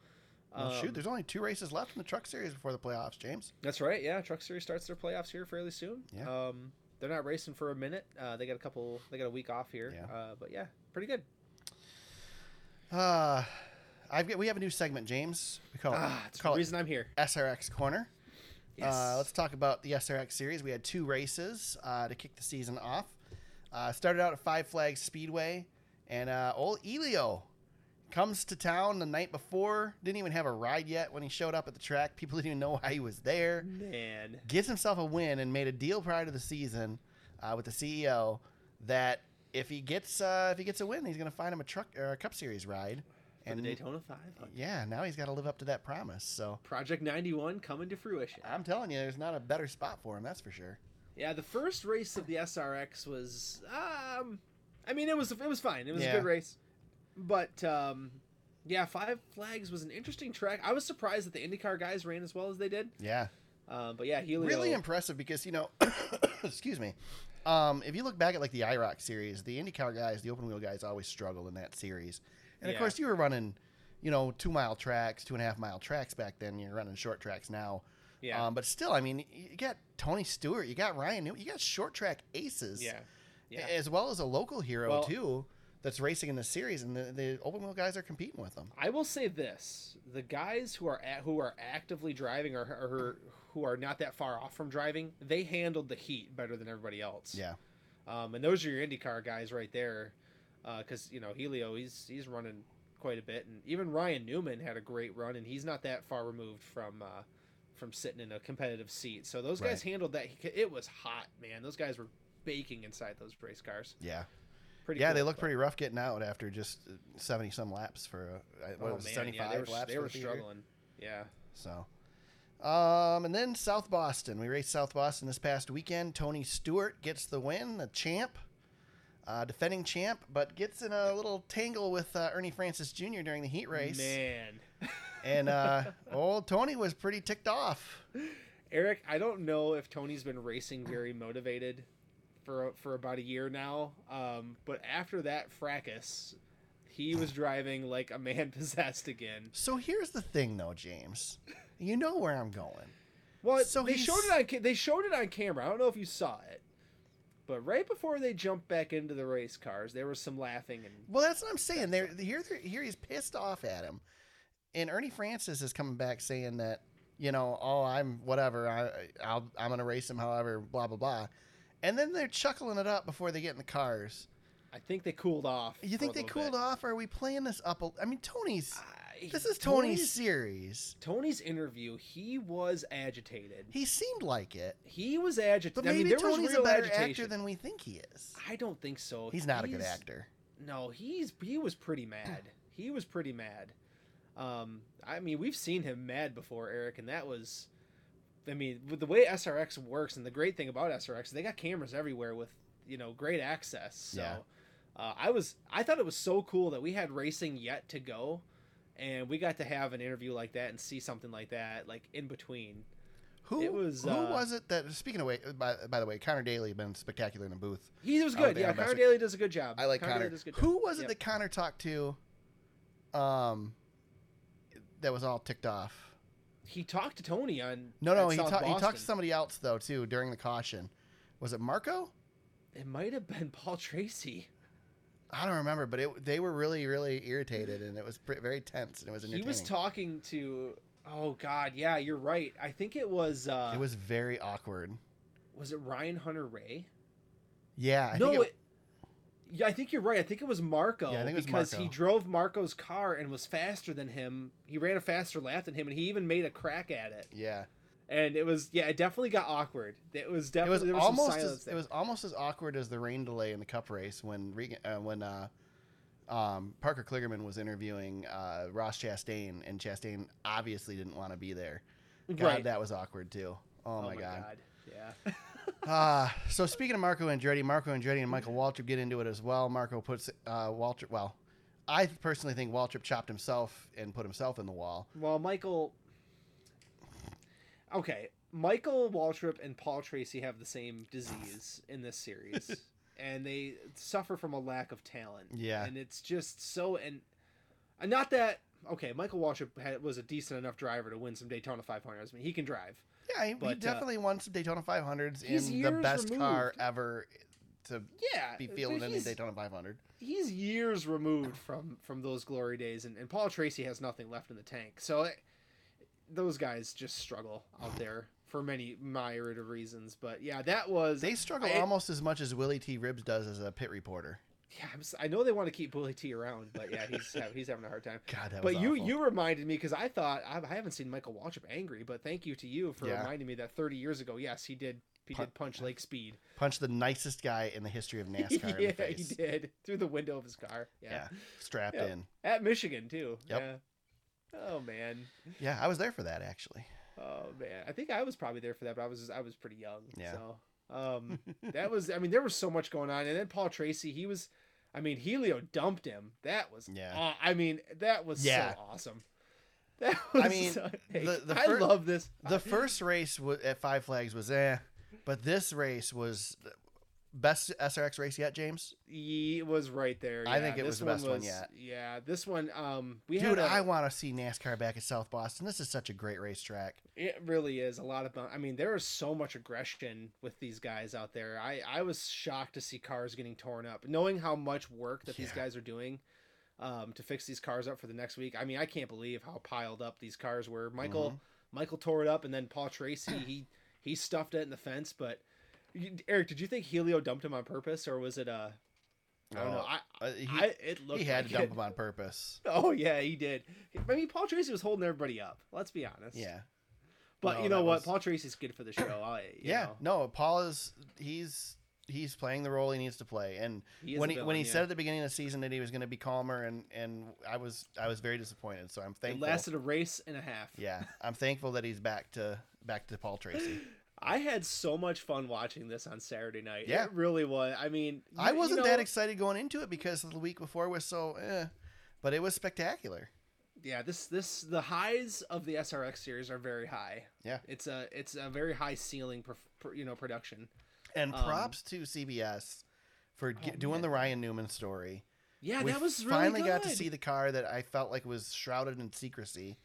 [SPEAKER 2] Well,
[SPEAKER 3] Um,
[SPEAKER 2] shoot, there's only two races left in the truck series before the playoffs, James.
[SPEAKER 3] That's right. Yeah, Truck Series starts their playoffs here fairly soon.
[SPEAKER 2] Yeah.
[SPEAKER 3] Um, they're not racing for a minute. Uh, they got a couple. They got a week off here.
[SPEAKER 2] Yeah.
[SPEAKER 3] Uh, but yeah, pretty good.
[SPEAKER 2] Uh I've got, we have a new segment, James. We call it,
[SPEAKER 3] ah, it's the
[SPEAKER 2] Oh, call it
[SPEAKER 3] reason I'm here.
[SPEAKER 2] SRX Corner.
[SPEAKER 3] Yes.
[SPEAKER 2] Uh, let's talk about the SRX series. We had two races uh, to kick the season off. Uh, started out at Five Flags Speedway, and uh, old Elio comes to town the night before. Didn't even have a ride yet when he showed up at the track. People didn't even know why he was there.
[SPEAKER 3] man.
[SPEAKER 2] Gets himself a win and made a deal prior to the season uh, with the CEO that if he gets uh, if he gets a win, he's going to find him a truck or a Cup Series ride.
[SPEAKER 1] For the Daytona 5.
[SPEAKER 2] yeah, now he's got to live up to that promise. So
[SPEAKER 1] Project 91 coming to fruition.
[SPEAKER 2] I'm telling you, there's not a better spot for him. That's for sure.
[SPEAKER 1] Yeah, the first race of the SRX was um I mean it was it was fine. It was
[SPEAKER 2] Yeah.
[SPEAKER 1] a good race. But um yeah, Five Flags was an interesting track. I was surprised that the IndyCar guys ran as well as they did.
[SPEAKER 2] Yeah.
[SPEAKER 1] Uh, but yeah, Helio
[SPEAKER 2] really impressive because you know, excuse me. Um, if you look back at like the IROC series, the IndyCar guys, the open wheel guys, always struggle in that series. And of
[SPEAKER 3] Yeah.
[SPEAKER 2] course, you were running, you know, two mile tracks, two and a half mile tracks back then. You're running short tracks now.
[SPEAKER 3] Yeah.
[SPEAKER 2] Um, but still, I mean, you got Tony Stewart, you got Ryan Newman, you got short track aces,
[SPEAKER 3] yeah. Yeah.
[SPEAKER 2] as well as a local hero
[SPEAKER 3] Well-
[SPEAKER 2] too that's racing in the series, and the, the open wheel guys are competing with them.
[SPEAKER 3] I will say this: the guys who are at, who are actively driving or, or who are not that far off from driving, they handled the heat better than everybody else.
[SPEAKER 2] Yeah.
[SPEAKER 3] Um, and those are your IndyCar guys right there, because you know Helio, he's he's running quite a bit, and even Ryan Newman had a great run, and he's not that far removed from uh, from sitting in a competitive seat. So those guys handled that. It was hot, man. Those guys were baking inside those race cars.
[SPEAKER 2] Yeah.
[SPEAKER 3] Pretty.
[SPEAKER 2] yeah,
[SPEAKER 3] cool,
[SPEAKER 2] they looked
[SPEAKER 3] but-
[SPEAKER 2] pretty rough getting out after just seventy some laps for uh, what
[SPEAKER 3] Oh
[SPEAKER 2] was it,
[SPEAKER 3] man,
[SPEAKER 2] seventy
[SPEAKER 3] yeah,
[SPEAKER 2] five
[SPEAKER 3] they were,
[SPEAKER 2] laps.
[SPEAKER 3] they
[SPEAKER 2] for
[SPEAKER 3] were
[SPEAKER 2] the year?
[SPEAKER 3] struggling. Yeah.
[SPEAKER 2] So, um, and then South Boston, we raced South Boston this past weekend. Tony Stewart gets the win, the champ, uh, defending champ, but gets in a little tangle with uh, Ernie Francis Jr. during the heat race,
[SPEAKER 3] Man.
[SPEAKER 2] and uh, old Tony was pretty ticked off.
[SPEAKER 3] Eric, I don't know if Tony's been racing very motivated for for about a year now, um, but after that fracas, he was driving like a man possessed again.
[SPEAKER 2] So here's the thing, though, James, you know where I'm going.
[SPEAKER 3] Well,
[SPEAKER 2] So
[SPEAKER 3] so they
[SPEAKER 2] he's-
[SPEAKER 3] showed it on ca- they showed it on camera. I don't know if you saw it, but right before they jumped back into the race cars, there was some laughing and
[SPEAKER 2] Well, that's what I'm saying. There, here, they're- here he's pissed off at him, and Ernie Francis is coming back saying that you know, oh, I'm whatever. I, I'll, I'm gonna race him, however, blah blah blah. And then they're chuckling it up before they get in the cars.
[SPEAKER 3] I think they cooled off.
[SPEAKER 2] You think they cooled off? Or are we playing this up? A, I mean, Tony's.
[SPEAKER 3] Ah,
[SPEAKER 2] This is Tony's,
[SPEAKER 3] Tony's
[SPEAKER 2] series.
[SPEAKER 3] Tony's interview. He was agitated.
[SPEAKER 2] He seemed like it,
[SPEAKER 3] He was agitated.
[SPEAKER 2] but
[SPEAKER 3] I mean,
[SPEAKER 2] maybe
[SPEAKER 3] there was
[SPEAKER 2] Tony's a
[SPEAKER 3] real
[SPEAKER 2] better
[SPEAKER 3] agitation.
[SPEAKER 2] actor than we think he is.
[SPEAKER 3] I don't think so.
[SPEAKER 2] He's not a good
[SPEAKER 3] He's-
[SPEAKER 2] actor.
[SPEAKER 3] No, he's he was pretty mad. He was pretty mad. Um, I mean, we've seen him mad before, Eric, and that was, I mean, with the way SRX works, and the great thing about SRX, they got cameras everywhere with you know great access. So,
[SPEAKER 2] Yeah.
[SPEAKER 3] uh, I was I thought it was so cool that we had racing yet to go, and we got to have an interview like that and see something like that, like in between.
[SPEAKER 2] Who
[SPEAKER 3] it was,
[SPEAKER 2] who
[SPEAKER 3] uh,
[SPEAKER 2] was it that? Speaking of, way, by, by the way, Connor Daly been spectacular in the booth.
[SPEAKER 3] He was
[SPEAKER 2] Oh,
[SPEAKER 3] good.
[SPEAKER 2] they
[SPEAKER 3] yeah,
[SPEAKER 2] don't mess
[SPEAKER 3] Connor
[SPEAKER 2] with-
[SPEAKER 3] Daly does a good job.
[SPEAKER 2] I like
[SPEAKER 3] Connor Daly
[SPEAKER 2] Connor.
[SPEAKER 3] does a good
[SPEAKER 2] Who
[SPEAKER 3] job.
[SPEAKER 2] was it
[SPEAKER 3] Yep.
[SPEAKER 2] that Connor talked to? Um, that was all ticked off.
[SPEAKER 3] He talked to Tony on
[SPEAKER 2] No, no,
[SPEAKER 3] at
[SPEAKER 2] he,
[SPEAKER 3] South
[SPEAKER 2] ta- he talked to
[SPEAKER 3] Boston.
[SPEAKER 2] somebody else though too during the caution. Was it Marco?
[SPEAKER 3] It might have been Paul Tracy.
[SPEAKER 2] I don't remember, but it, they were really, really irritated, and it was pr- very tense, and it was
[SPEAKER 3] He
[SPEAKER 2] entertaining.
[SPEAKER 3] was talking to. Oh God, yeah, you're right. I think it was. Uh,
[SPEAKER 2] it
[SPEAKER 3] was
[SPEAKER 2] was very awkward.
[SPEAKER 3] it Ryan Hunter Ray?
[SPEAKER 2] Yeah, I
[SPEAKER 3] no,
[SPEAKER 2] think it,
[SPEAKER 3] it, yeah, I think you're right. I think it was Marco
[SPEAKER 2] Yeah, I think it was
[SPEAKER 3] because he
[SPEAKER 2] Marco.
[SPEAKER 3] drove Marco's car and was faster than him. He ran a faster lap than him, and he even made a crack at it.
[SPEAKER 2] yeah,
[SPEAKER 3] and it was yeah, it definitely got awkward.
[SPEAKER 2] It
[SPEAKER 3] It was
[SPEAKER 2] was
[SPEAKER 3] definitely there was some
[SPEAKER 2] almost
[SPEAKER 3] silence
[SPEAKER 2] as,
[SPEAKER 3] there.
[SPEAKER 2] it was almost as awkward as the rain delay in the Cup race when Regan, uh, when uh, um, Parker Kligerman was interviewing uh, Ross Chastain, and Chastain obviously didn't want to be there. God,
[SPEAKER 3] Right.
[SPEAKER 2] that was awkward too. Oh, my, god.
[SPEAKER 3] Yeah.
[SPEAKER 2] Uh, so speaking of Marco Andretti, Marco Andretti and Michael Waltrip get into it as well. Marco puts uh, Waltrip. Well, I personally think Waltrip chopped himself and put himself in the wall.
[SPEAKER 3] Well, Michael. Okay, Michael Waltrip and Paul Tracy have the same disease in this series, and they suffer from a lack of talent.
[SPEAKER 2] Yeah.
[SPEAKER 3] and it's just so and, and not that okay. Michael Waltrip had, was a decent enough driver to win some Daytona 500s. I mean, he can drive.
[SPEAKER 2] Yeah, he, he
[SPEAKER 3] But, uh,
[SPEAKER 2] definitely won some Daytona 500s
[SPEAKER 3] he's
[SPEAKER 2] in the
[SPEAKER 3] years
[SPEAKER 2] best car
[SPEAKER 3] removed.
[SPEAKER 2] ever to
[SPEAKER 3] Yeah,
[SPEAKER 2] be
[SPEAKER 3] but
[SPEAKER 2] fielded in a
[SPEAKER 3] he's-
[SPEAKER 2] Daytona 500.
[SPEAKER 3] he's years removed from from those glory days and, and paul tracy has nothing left in the tank so it, those guys just struggle out there for many myriad of reasons but yeah that was
[SPEAKER 2] They struggle
[SPEAKER 3] I-
[SPEAKER 2] almost as much as Willie T. Ribs does as a pit reporter.
[SPEAKER 3] yeah, I'm, si know they want to keep bully t around but yeah he's hav- he's having a hard time
[SPEAKER 2] God, that was
[SPEAKER 3] but you
[SPEAKER 2] awful.
[SPEAKER 3] you reminded me because i thought I, I haven't seen michael waltrip angry but thank you to you for
[SPEAKER 2] Yeah.
[SPEAKER 3] reminding me that 30 years ago yes he did he
[SPEAKER 2] Pun-
[SPEAKER 3] did punch lake speed
[SPEAKER 2] punched the nicest guy in the history of NASCAR in
[SPEAKER 3] yeah
[SPEAKER 2] the face.
[SPEAKER 3] he did through the window of his car
[SPEAKER 2] Yeah, strapped
[SPEAKER 3] Yeah.
[SPEAKER 2] in.
[SPEAKER 3] at michigan too
[SPEAKER 2] Yep.
[SPEAKER 3] yeah oh man
[SPEAKER 2] Yeah, I was there for that actually.
[SPEAKER 3] Oh man, I think I was probably there for that, but I was I was pretty young.
[SPEAKER 2] Yeah.
[SPEAKER 3] So um, that was I mean there was so much going on, and then Paul Tracy he was, I mean Helio dumped him. That was
[SPEAKER 2] Yeah.
[SPEAKER 3] aw- I mean that was
[SPEAKER 2] Yeah.
[SPEAKER 3] so awesome. That was I
[SPEAKER 2] mean,
[SPEAKER 3] mean
[SPEAKER 2] the- the
[SPEAKER 3] I
[SPEAKER 2] fir-
[SPEAKER 3] love this.
[SPEAKER 2] The first race wa at Five Flags was eh, but this race was the best SRX race yet, James.
[SPEAKER 3] He was right there.
[SPEAKER 2] I
[SPEAKER 3] yeah.
[SPEAKER 2] think it was
[SPEAKER 3] This
[SPEAKER 2] the best one yet.
[SPEAKER 3] Yeah, this one um we
[SPEAKER 2] Dude,
[SPEAKER 3] had a-
[SPEAKER 2] I want to see NASCAR back at South Boston. This is such a great racetrack.
[SPEAKER 3] It really is a lot of. bou- I mean, there is so much aggression with these guys out there. I I was shocked to see cars getting torn up, knowing how much work that these
[SPEAKER 2] Yeah.
[SPEAKER 3] guys are doing um, to fix these cars up for the next week. I mean, I can't believe how piled up these cars were. Michael
[SPEAKER 2] Mm-hmm.
[SPEAKER 3] Michael tore it up, and then Paul Tracy he he stuffed it in the fence. But you, Eric, did you think Helio dumped him on purpose, or was it a? I don't know.
[SPEAKER 2] Oh,
[SPEAKER 3] I,
[SPEAKER 2] Uh, he,
[SPEAKER 3] I it looked
[SPEAKER 2] he had
[SPEAKER 3] like
[SPEAKER 2] to dump
[SPEAKER 3] it.
[SPEAKER 2] him on purpose.
[SPEAKER 3] Oh yeah, he did. I mean, Paul Tracy was holding everybody up. Let's be honest.
[SPEAKER 2] Yeah,
[SPEAKER 3] But
[SPEAKER 2] No,
[SPEAKER 3] you know
[SPEAKER 2] Oh, that
[SPEAKER 3] what?
[SPEAKER 2] was-
[SPEAKER 3] Paul Tracy's good for the show. I, you
[SPEAKER 2] yeah.
[SPEAKER 3] know,
[SPEAKER 2] No, Paul is he's he's playing the role he needs to play, and
[SPEAKER 3] he is
[SPEAKER 2] when
[SPEAKER 3] a
[SPEAKER 2] he when
[SPEAKER 3] villain,
[SPEAKER 2] he
[SPEAKER 3] yeah.
[SPEAKER 2] said at the beginning of the season that he was going to be calmer, and and I was I was very disappointed. So I'm
[SPEAKER 3] it
[SPEAKER 2] thankful.
[SPEAKER 3] lasted a race and a half.
[SPEAKER 2] yeah, I'm thankful that he's back to back to Paul Tracy.
[SPEAKER 3] I had so much fun watching this on Saturday night.
[SPEAKER 2] Yeah.
[SPEAKER 3] It really was. I mean, you-
[SPEAKER 2] I
[SPEAKER 3] you
[SPEAKER 2] wasn't
[SPEAKER 3] know-
[SPEAKER 2] that excited going into it because the week before was so, eh, but it was spectacular.
[SPEAKER 3] yeah, this this the highs of the SRX series are very high.
[SPEAKER 2] Yeah.
[SPEAKER 3] It's a it's a very high ceiling per, per, you know production.
[SPEAKER 2] And
[SPEAKER 3] Um,
[SPEAKER 2] props to CBS for ge-
[SPEAKER 3] Oh,
[SPEAKER 2] doing
[SPEAKER 3] man.
[SPEAKER 2] the Ryan Newman story.
[SPEAKER 3] Yeah,
[SPEAKER 2] we
[SPEAKER 3] that was really
[SPEAKER 2] finally got to
[SPEAKER 3] good.
[SPEAKER 2] see the car that I felt like was shrouded in secrecy,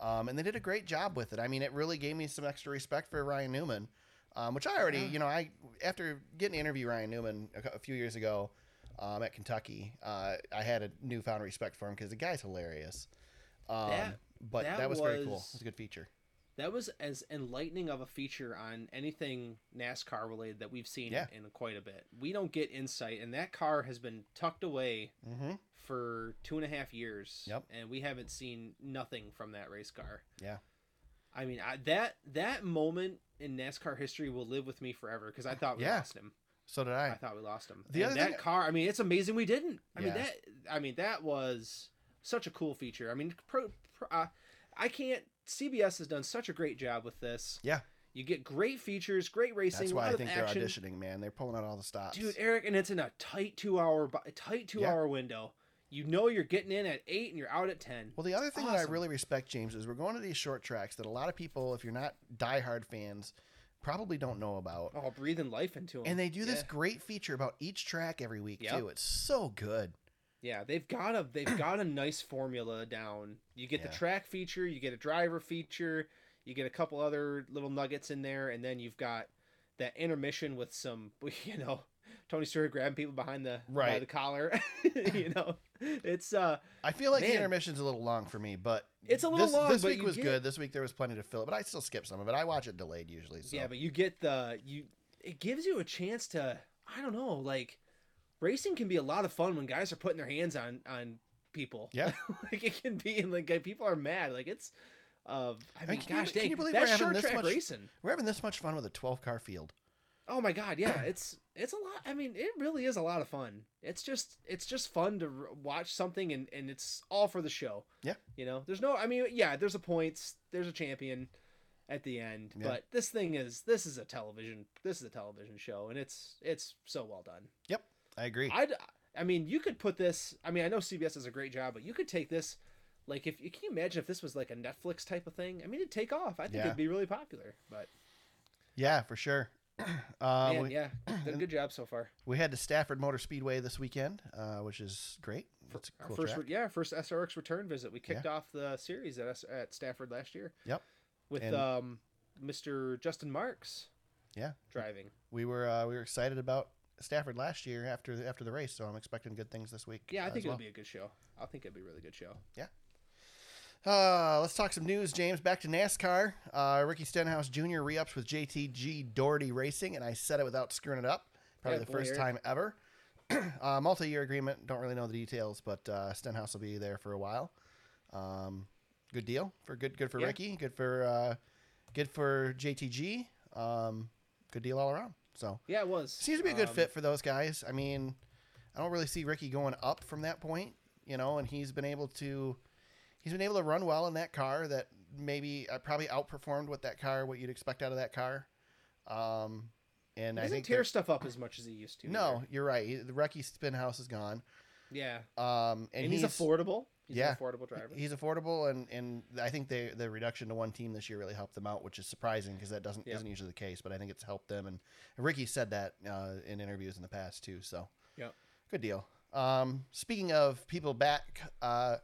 [SPEAKER 2] um, and they did a great job with it. I mean, it really gave me some extra respect for Ryan Newman, um, which I already,
[SPEAKER 3] Yeah.
[SPEAKER 2] you know, I after getting to interview Ryan Newman a, cou- a few years ago um, at Kentucky, uh, I had a newfound respect for him because the guy's hilarious. Um,
[SPEAKER 3] That-
[SPEAKER 2] but that,
[SPEAKER 3] that
[SPEAKER 2] was, very cool.
[SPEAKER 3] was-
[SPEAKER 2] It was a good feature.
[SPEAKER 3] That was as enlightening of a feature on anything NASCAR related that we've seen
[SPEAKER 2] Yeah.
[SPEAKER 3] in quite a bit. We don't get insight, and that car has been tucked away
[SPEAKER 2] Mm-hmm.
[SPEAKER 3] for two and a half years.
[SPEAKER 2] Yep.
[SPEAKER 3] And we haven't seen nothing from that race car.
[SPEAKER 2] Yeah.
[SPEAKER 3] I mean, I, that that moment in NASCAR history will live with me forever because I thought we
[SPEAKER 2] Yeah.
[SPEAKER 3] lost him.
[SPEAKER 2] So did
[SPEAKER 3] I
[SPEAKER 2] I.
[SPEAKER 3] thought we lost him.
[SPEAKER 2] The
[SPEAKER 3] and
[SPEAKER 2] other
[SPEAKER 3] that
[SPEAKER 2] thing-
[SPEAKER 3] car. I mean, it's amazing we didn't. I mean
[SPEAKER 2] Yeah.
[SPEAKER 3] that. I mean that was such a cool feature. I mean, pro, pro, uh, I can't. CBS has done such a great job with this.
[SPEAKER 2] Yeah.
[SPEAKER 3] You get great features, great racing.
[SPEAKER 2] That's
[SPEAKER 3] a
[SPEAKER 2] why
[SPEAKER 3] lot
[SPEAKER 2] I
[SPEAKER 3] of
[SPEAKER 2] think
[SPEAKER 3] action.
[SPEAKER 2] they're auditioning, man. They're pulling out all the stops.
[SPEAKER 3] Dude, Eric, and it's in a tight two hour bu- tight two
[SPEAKER 2] Yeah.
[SPEAKER 3] hour window. You know you're getting in at eight and you're out at ten.
[SPEAKER 2] Well, the other thing that I
[SPEAKER 3] awesome.
[SPEAKER 2] really respect, James, is we're going to these short tracks that a lot of people, if you're not diehard fans, probably don't know about.
[SPEAKER 3] Oh, breathing life into them.
[SPEAKER 2] And they do this great feature about each track every week
[SPEAKER 3] Yep.
[SPEAKER 2] too. It's so good.
[SPEAKER 3] Yeah, they've got a they've got a nice formula down. You get
[SPEAKER 2] Yeah.
[SPEAKER 3] the track feature, you get a driver feature, you get a couple other little nuggets in there, and then you've got that intermission with some you know Tony Stewart grabbing people behind the by
[SPEAKER 2] Right.
[SPEAKER 3] the collar. you know, it's uh
[SPEAKER 2] I feel like the
[SPEAKER 3] Man.
[SPEAKER 2] intermission's a little long for me, but
[SPEAKER 3] It's a little
[SPEAKER 2] this,
[SPEAKER 3] long,
[SPEAKER 2] This
[SPEAKER 3] but
[SPEAKER 2] week
[SPEAKER 3] you
[SPEAKER 2] was
[SPEAKER 3] get-
[SPEAKER 2] good. This week there was plenty to fill, but I still skip some of it. I watch it delayed usually. So.
[SPEAKER 3] Yeah, but you get the you. It gives you a chance to I don't know like racing can be a lot of fun when guys are putting their hands on on people.
[SPEAKER 2] Yeah.
[SPEAKER 3] like it can be and like people are mad. Like it's uh,
[SPEAKER 4] Of I
[SPEAKER 2] mean,
[SPEAKER 4] mean,
[SPEAKER 2] can you-
[SPEAKER 3] gosh
[SPEAKER 2] can
[SPEAKER 3] dang,
[SPEAKER 2] you believe we're
[SPEAKER 3] that's
[SPEAKER 2] having
[SPEAKER 3] short
[SPEAKER 2] this
[SPEAKER 3] track
[SPEAKER 2] much-
[SPEAKER 3] racing.
[SPEAKER 2] We're having this much fun with a 12 car field.
[SPEAKER 3] Oh my god, yeah, it's it's a lot. I mean, it really is a lot of fun. It's just it's just fun to r- watch something, and and it's all for the show.
[SPEAKER 2] Yeah.
[SPEAKER 3] you know, there's no. I mean, yeah, there's a points, there's a champion at the end,
[SPEAKER 2] Yeah.
[SPEAKER 3] but this thing is this is a television this is a television show, and it's it's so well done.
[SPEAKER 2] I agree.
[SPEAKER 3] I'd, I mean, you could put this. I mean, I know CBS does a great job, but you could take this. Like, if can you imagine if this was like a Netflix type of thing? I mean, it'd take off. I think
[SPEAKER 2] Yeah.
[SPEAKER 3] it'd be really popular. But
[SPEAKER 2] yeah, for sure. Uh,
[SPEAKER 3] man,
[SPEAKER 2] we,
[SPEAKER 3] yeah, did a good job so far.
[SPEAKER 2] we had the Stafford Motor Speedway this weekend, uh, which is great.
[SPEAKER 3] For-
[SPEAKER 2] It's a
[SPEAKER 3] our
[SPEAKER 2] cool
[SPEAKER 3] first,
[SPEAKER 2] track.
[SPEAKER 3] re- yeah, first SRX return visit. We kicked off the series at S- at Stafford last year.
[SPEAKER 2] Yep.
[SPEAKER 3] With
[SPEAKER 2] And-
[SPEAKER 3] um, Mr. Justin Marks.
[SPEAKER 2] Yeah.
[SPEAKER 3] Driving.
[SPEAKER 2] we were uh, we were excited about Stafford last year after the, after the race, so I'm expecting good things this week.
[SPEAKER 3] Yeah, I
[SPEAKER 2] uh,
[SPEAKER 3] think
[SPEAKER 2] as well.
[SPEAKER 3] it'll be a good show. I think it'd be a really good show.
[SPEAKER 2] Uh, let's talk some news, James. Back to NASCAR. Uh, Ricky Stenhouse Jr. re-ups with JTG Doherty Racing, and I said it without screwing it up. Probably
[SPEAKER 3] Yeah,
[SPEAKER 2] the
[SPEAKER 3] boy,
[SPEAKER 2] first
[SPEAKER 3] Eric.
[SPEAKER 2] time ever. uh, multi-year agreement. Don't really know the details, but uh, Stenhouse will be there for a while. Um, good deal for good. Good for
[SPEAKER 3] Yeah.
[SPEAKER 2] Ricky. Good for uh, good for JTG. Um, good deal all around. So
[SPEAKER 3] Yeah, it was.
[SPEAKER 2] Seems to be a good
[SPEAKER 3] Um,
[SPEAKER 2] fit for those guys. I mean, I don't really see Ricky going up from that point, you know, and he's been able to he's been able to run well in that car that maybe uh, probably outperformed what that car what you'd expect out of that car. Um and
[SPEAKER 3] He
[SPEAKER 2] I
[SPEAKER 3] doesn't
[SPEAKER 2] think
[SPEAKER 3] tear
[SPEAKER 2] they're-
[SPEAKER 3] stuff up as much as he used to. either.
[SPEAKER 2] No, you're right. He- The Ricky Spinhouse is gone.
[SPEAKER 3] Yeah.
[SPEAKER 2] Um and,
[SPEAKER 3] And, he's, affordable. He's
[SPEAKER 2] Yeah.
[SPEAKER 3] an affordable driver.
[SPEAKER 2] He's affordable and and I think they the reduction to one team this year really helped them out, which is surprising because that doesn't
[SPEAKER 3] Yeah.
[SPEAKER 2] isn't usually the case. But I think it's helped them, and Ricky said that uh, in interviews in the past too. So
[SPEAKER 3] Yep.
[SPEAKER 2] good deal. Um, speaking of people back, uh,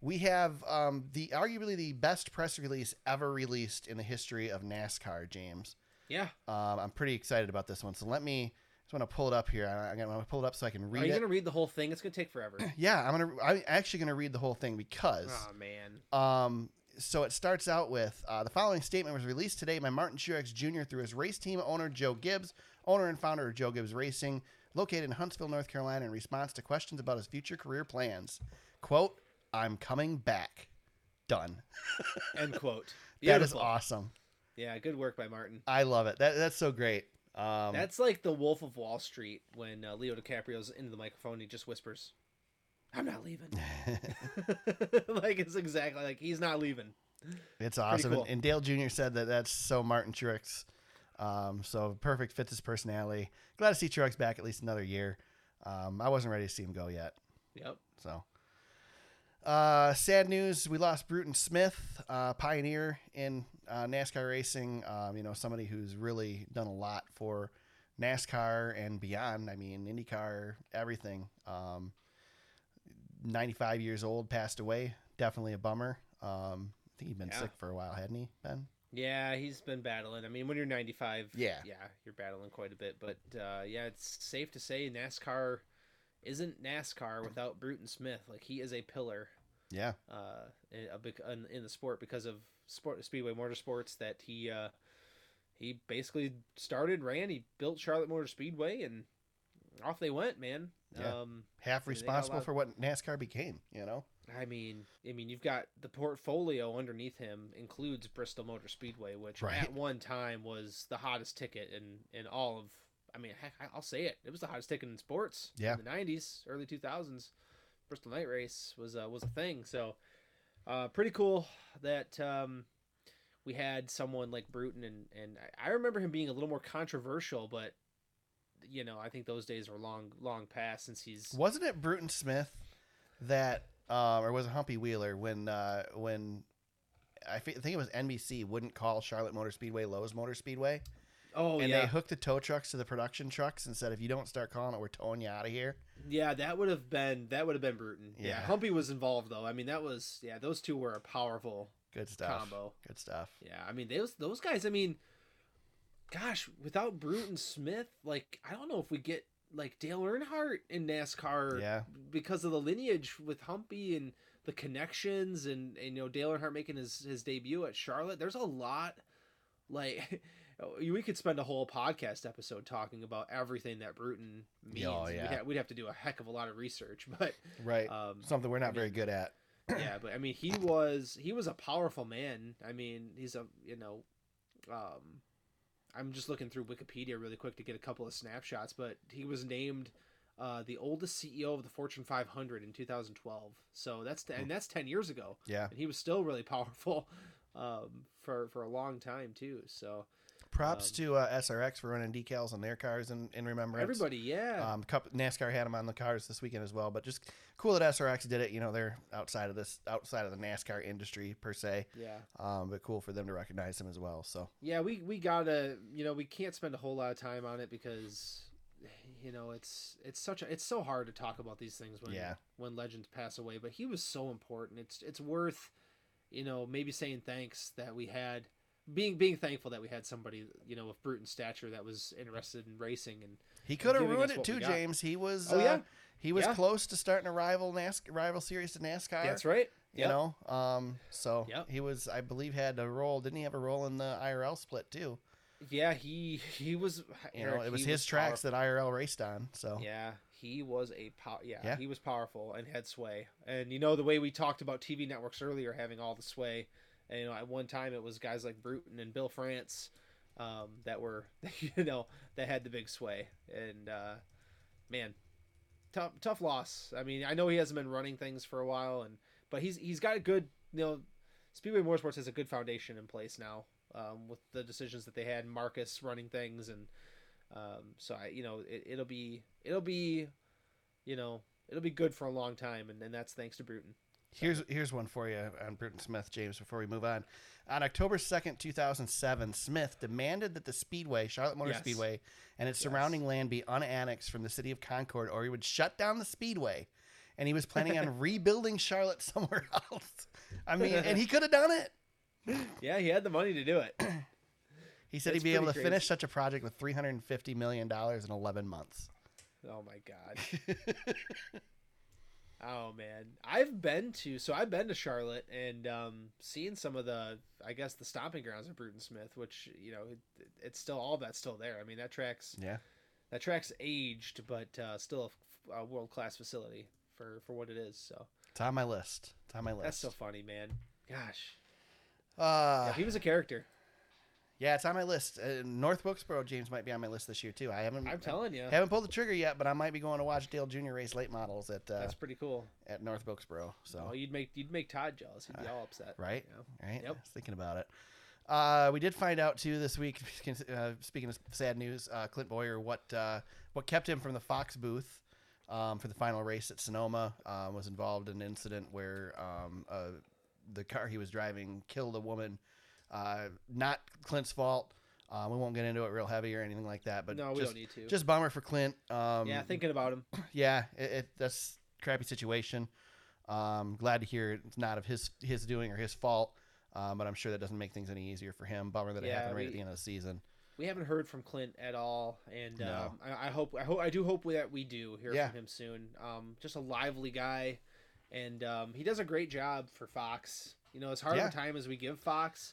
[SPEAKER 2] we have um, the arguably the best press release ever released in the history of NASCAR, James.
[SPEAKER 3] yeah.
[SPEAKER 2] Um, I'm pretty excited about this one. So let me just want to pull it up here. I, I'm gonna pull it up so I can
[SPEAKER 3] Are
[SPEAKER 2] read
[SPEAKER 3] you
[SPEAKER 2] it.
[SPEAKER 3] gonna read the whole thing? It's gonna take forever.
[SPEAKER 2] Yeah, I'm gonna. I'm actually gonna read the whole thing because.
[SPEAKER 3] oh man.
[SPEAKER 2] Um, so it starts out with uh, the following statement was released today by Martin Truex Jr. through his race team owner Joe Gibbs, owner and founder of Joe Gibbs Racing, located in Huntsville, North Carolina, in response to questions about his future career plans. "Quote: I'm coming back." Done.
[SPEAKER 3] End quote.
[SPEAKER 2] That is
[SPEAKER 3] Beautiful.
[SPEAKER 2] awesome.
[SPEAKER 3] Yeah, good work by Martin.
[SPEAKER 2] I love it. That that's so great. Um,
[SPEAKER 3] That's like the Wolf of Wall Street when uh, Leo DiCaprio's into the microphone. He just whispers, "I'm not leaving." like it's exactly like he's not leaving.
[SPEAKER 2] It's awesome.
[SPEAKER 3] cool.
[SPEAKER 2] And, and Dale Jr. said that that's so Martin Truex. Um, so perfect fits his personality. Glad to see Truex back at least another year. Um, I wasn't ready to see him go yet.
[SPEAKER 3] Yep.
[SPEAKER 2] So, uh, sad news. We lost Bruton Smith, uh, pioneer in uh, NASCAR racing. Um, you know, somebody who's really done a lot for NASCAR and beyond. I mean, IndyCar, everything. Um, 95 years old, passed away. Definitely a bummer. Um, I think he'd been
[SPEAKER 3] Yeah.
[SPEAKER 2] sick for a while, hadn't he, Ben?
[SPEAKER 3] Yeah, he's been battling. I mean, when you're 95,
[SPEAKER 2] Yeah.
[SPEAKER 3] yeah, you're battling quite a bit. But uh, yeah, it's safe to say NASCAR isn't NASCAR without Bruton Smith. Like he is a pillar
[SPEAKER 2] Yeah.
[SPEAKER 3] uh, in, a big, in, in the sport because of sport speedway motorsports that he uh, he basically started, ran, he built Charlotte Motor Speedway, and off they went, man.
[SPEAKER 2] Yeah.
[SPEAKER 3] Um,
[SPEAKER 2] Half
[SPEAKER 3] I mean, they got a
[SPEAKER 2] responsible
[SPEAKER 3] lot of-
[SPEAKER 2] for what NASCAR became, you know?
[SPEAKER 3] I mean, I mean, you've got the portfolio underneath him includes Bristol Motor Speedway, which
[SPEAKER 2] Right.
[SPEAKER 3] at one time was the hottest ticket in in all of. I mean, heck, I- I'll say it. It was the hottest ticket in sports.
[SPEAKER 2] Yeah.
[SPEAKER 3] In the '90s, early 2000s, Bristol Night Race was uh, was a thing. So, uh, pretty cool that um, we had someone like Bruton, and and I- I remember him being a little more controversial, but you know, I think those days were long long past since he's.
[SPEAKER 2] Wasn't it Bruton Smith that, um, or was it Humpy Wheeler when uh, when I fe- think it was NBC wouldn't call Charlotte Motor Speedway Lowe's Motor Speedway,
[SPEAKER 3] Oh
[SPEAKER 2] and
[SPEAKER 3] yeah.
[SPEAKER 2] they hooked the tow trucks to the production trucks and said, if you don't start calling it, we're towing you out of here.
[SPEAKER 3] Yeah, that would have been that would have been Bruton. Yeah.
[SPEAKER 2] Yeah.
[SPEAKER 3] Humpy was involved though. I mean, that was yeah, those two were a powerful
[SPEAKER 2] Good stuff.
[SPEAKER 3] combo.
[SPEAKER 2] Good stuff.
[SPEAKER 3] Yeah, I mean those those guys. I mean, gosh, without Bruton Smith, like I don't know if we get like Dale Earnhardt in NASCAR
[SPEAKER 2] Yeah,
[SPEAKER 3] because of the lineage with Humpy and the connections and, and you know Dale Earnhardt making his his debut at Charlotte. There's a lot like we could spend a whole podcast episode talking about everything that Bruton means.
[SPEAKER 2] Oh,
[SPEAKER 3] And
[SPEAKER 2] yeah.
[SPEAKER 3] We'd, ha- we'd have to do a heck of a lot of research, but
[SPEAKER 2] right.
[SPEAKER 3] um,
[SPEAKER 2] Something we're not
[SPEAKER 3] I
[SPEAKER 2] very good at.
[SPEAKER 3] yeah, but I mean, he was he was a powerful man. I mean, he's a you know, um, I'm just looking through Wikipedia really quick to get a couple of snapshots, but he was named uh, the oldest CEO of the Fortune 500 in 2012. So that's the, and that's 10 years ago,
[SPEAKER 2] Yeah.
[SPEAKER 3] and he was still really powerful um, for for a long time too. So
[SPEAKER 2] Props
[SPEAKER 3] Um,
[SPEAKER 2] to uh, SRX for running decals on their cars and in remembrance.
[SPEAKER 3] everybody, yeah,
[SPEAKER 2] Um, cup, NASCAR had them on the cars this weekend as well, but just cool that SRX did it. You know, they're outside of this, outside of the NASCAR industry per se,
[SPEAKER 3] yeah.
[SPEAKER 2] um, but cool for them to recognize them as well. So
[SPEAKER 3] Yeah, we we gotta you know we can't spend a whole lot of time on it because you know it's it's such a it's so hard to talk about these things when
[SPEAKER 2] Yeah.
[SPEAKER 3] when legends pass away. But he was so important. It's it's worth you know maybe saying thanks that we had being being thankful that we had somebody you know of Bruton stature that was interested in racing and
[SPEAKER 2] he could have
[SPEAKER 3] Giving
[SPEAKER 2] ruined
[SPEAKER 3] us
[SPEAKER 2] it
[SPEAKER 3] what
[SPEAKER 2] too,
[SPEAKER 3] we got.
[SPEAKER 2] James. He was,
[SPEAKER 3] Oh,
[SPEAKER 2] uh,
[SPEAKER 3] yeah.
[SPEAKER 2] he was
[SPEAKER 3] Yeah.
[SPEAKER 2] close to starting a rival NASCAR rival series to NASCAR.
[SPEAKER 3] right.
[SPEAKER 2] You know, um, so
[SPEAKER 3] Yep.
[SPEAKER 2] he was, I believe, had a role. Didn't he have a role in the IRL split too?
[SPEAKER 3] Yeah, he he was
[SPEAKER 2] You know,
[SPEAKER 3] Eric,
[SPEAKER 2] it was
[SPEAKER 3] he
[SPEAKER 2] his tracks
[SPEAKER 3] powerful.
[SPEAKER 2] that IRL raced on. So
[SPEAKER 3] Yeah, he was a pow- yeah,
[SPEAKER 2] Yeah.
[SPEAKER 3] he was powerful and had sway. And you know the way we talked about TV networks earlier having all the sway, and you know at one time it was guys like Bruton and Bill France um, that were you know that had the big sway. And uh, man, tough tough loss. I mean, I know he hasn't been running things for a while, and but he's he's got a good you know Speedway Motorsports has a good foundation in place now um, with the decisions that they had, Marcus running things, and um, so I, you know, it, it'll be it'll be, you know, it'll be good for a long time, and, and that's thanks to Bruton.
[SPEAKER 2] Here's here's one for you on Britton Smith, James. Before we move on, on October second, two thousand seven, Smith demanded that the Speedway, Charlotte Motor
[SPEAKER 3] Yes.
[SPEAKER 2] Speedway, and its surrounding land be unannexed from the city of Concord, or he would shut down the Speedway. And he was planning on rebuilding Charlotte somewhere else. I mean, and he could have done it.
[SPEAKER 3] Yeah, he had the money to do it.
[SPEAKER 2] He said
[SPEAKER 3] That's
[SPEAKER 2] he'd be able to
[SPEAKER 3] pretty
[SPEAKER 2] finish
[SPEAKER 3] crazy.
[SPEAKER 2] such a project with three hundred and fifty million dollars in eleven months.
[SPEAKER 3] Oh my god. Oh man, I've been to so I've been to Charlotte and um, seen some of the I guess the stomping grounds of Bruton Smith, which you know it, it's still all that's still there. I mean that tracks
[SPEAKER 2] Yeah.
[SPEAKER 3] that tracks aged, but uh, still a, world class facility for for what it is. So
[SPEAKER 2] It's on my list. It's on my list.
[SPEAKER 3] that's so funny, man. Gosh,
[SPEAKER 2] uh,
[SPEAKER 3] Yeah, he was a character.
[SPEAKER 2] Yeah, it's on my list. Uh, North Wilkesboro, James might be on my list this year too. I haven't.
[SPEAKER 3] I'm telling you,
[SPEAKER 2] haven't pulled the trigger yet, but I might be going to watch Dale Junior race late models at uh,
[SPEAKER 3] that's pretty cool.
[SPEAKER 2] at North Wilkesboro. So Uh,
[SPEAKER 3] Well, you'd make you'd make Todd jealous. He'd be all upset.
[SPEAKER 2] right,
[SPEAKER 3] you know?
[SPEAKER 2] right.
[SPEAKER 3] Yep.
[SPEAKER 2] I was thinking about it. Uh, we did find out too this week. Uh, speaking of sad news, uh, Clint Boyer, what uh, what kept him from the Fox booth um, for the final race at Sonoma uh, was involved in an incident where um, uh, the car he was driving killed a woman. Uh, not Clint's fault. Uh, we won't get into it real heavy or anything like that. But
[SPEAKER 3] No, we
[SPEAKER 2] just,
[SPEAKER 3] don't need to.
[SPEAKER 2] Just bummer for Clint. Um,
[SPEAKER 3] yeah, thinking about him.
[SPEAKER 2] yeah, it, it, that's crappy situation. Um, glad to hear it's not of his his doing or his fault, um, but I'm sure that doesn't make things any easier for him. Bummer that it
[SPEAKER 3] Yeah,
[SPEAKER 2] happened right at
[SPEAKER 3] we-
[SPEAKER 2] the end of the season.
[SPEAKER 3] We haven't heard from Clint at all, and
[SPEAKER 2] No.
[SPEAKER 3] um, I, I hope I hope I do hope that we do hear
[SPEAKER 2] Yeah.
[SPEAKER 3] from him soon. Um, just a lively guy, and um, he does a great job for Fox. You know, as hard
[SPEAKER 2] Yeah.
[SPEAKER 3] a time as we give Fox,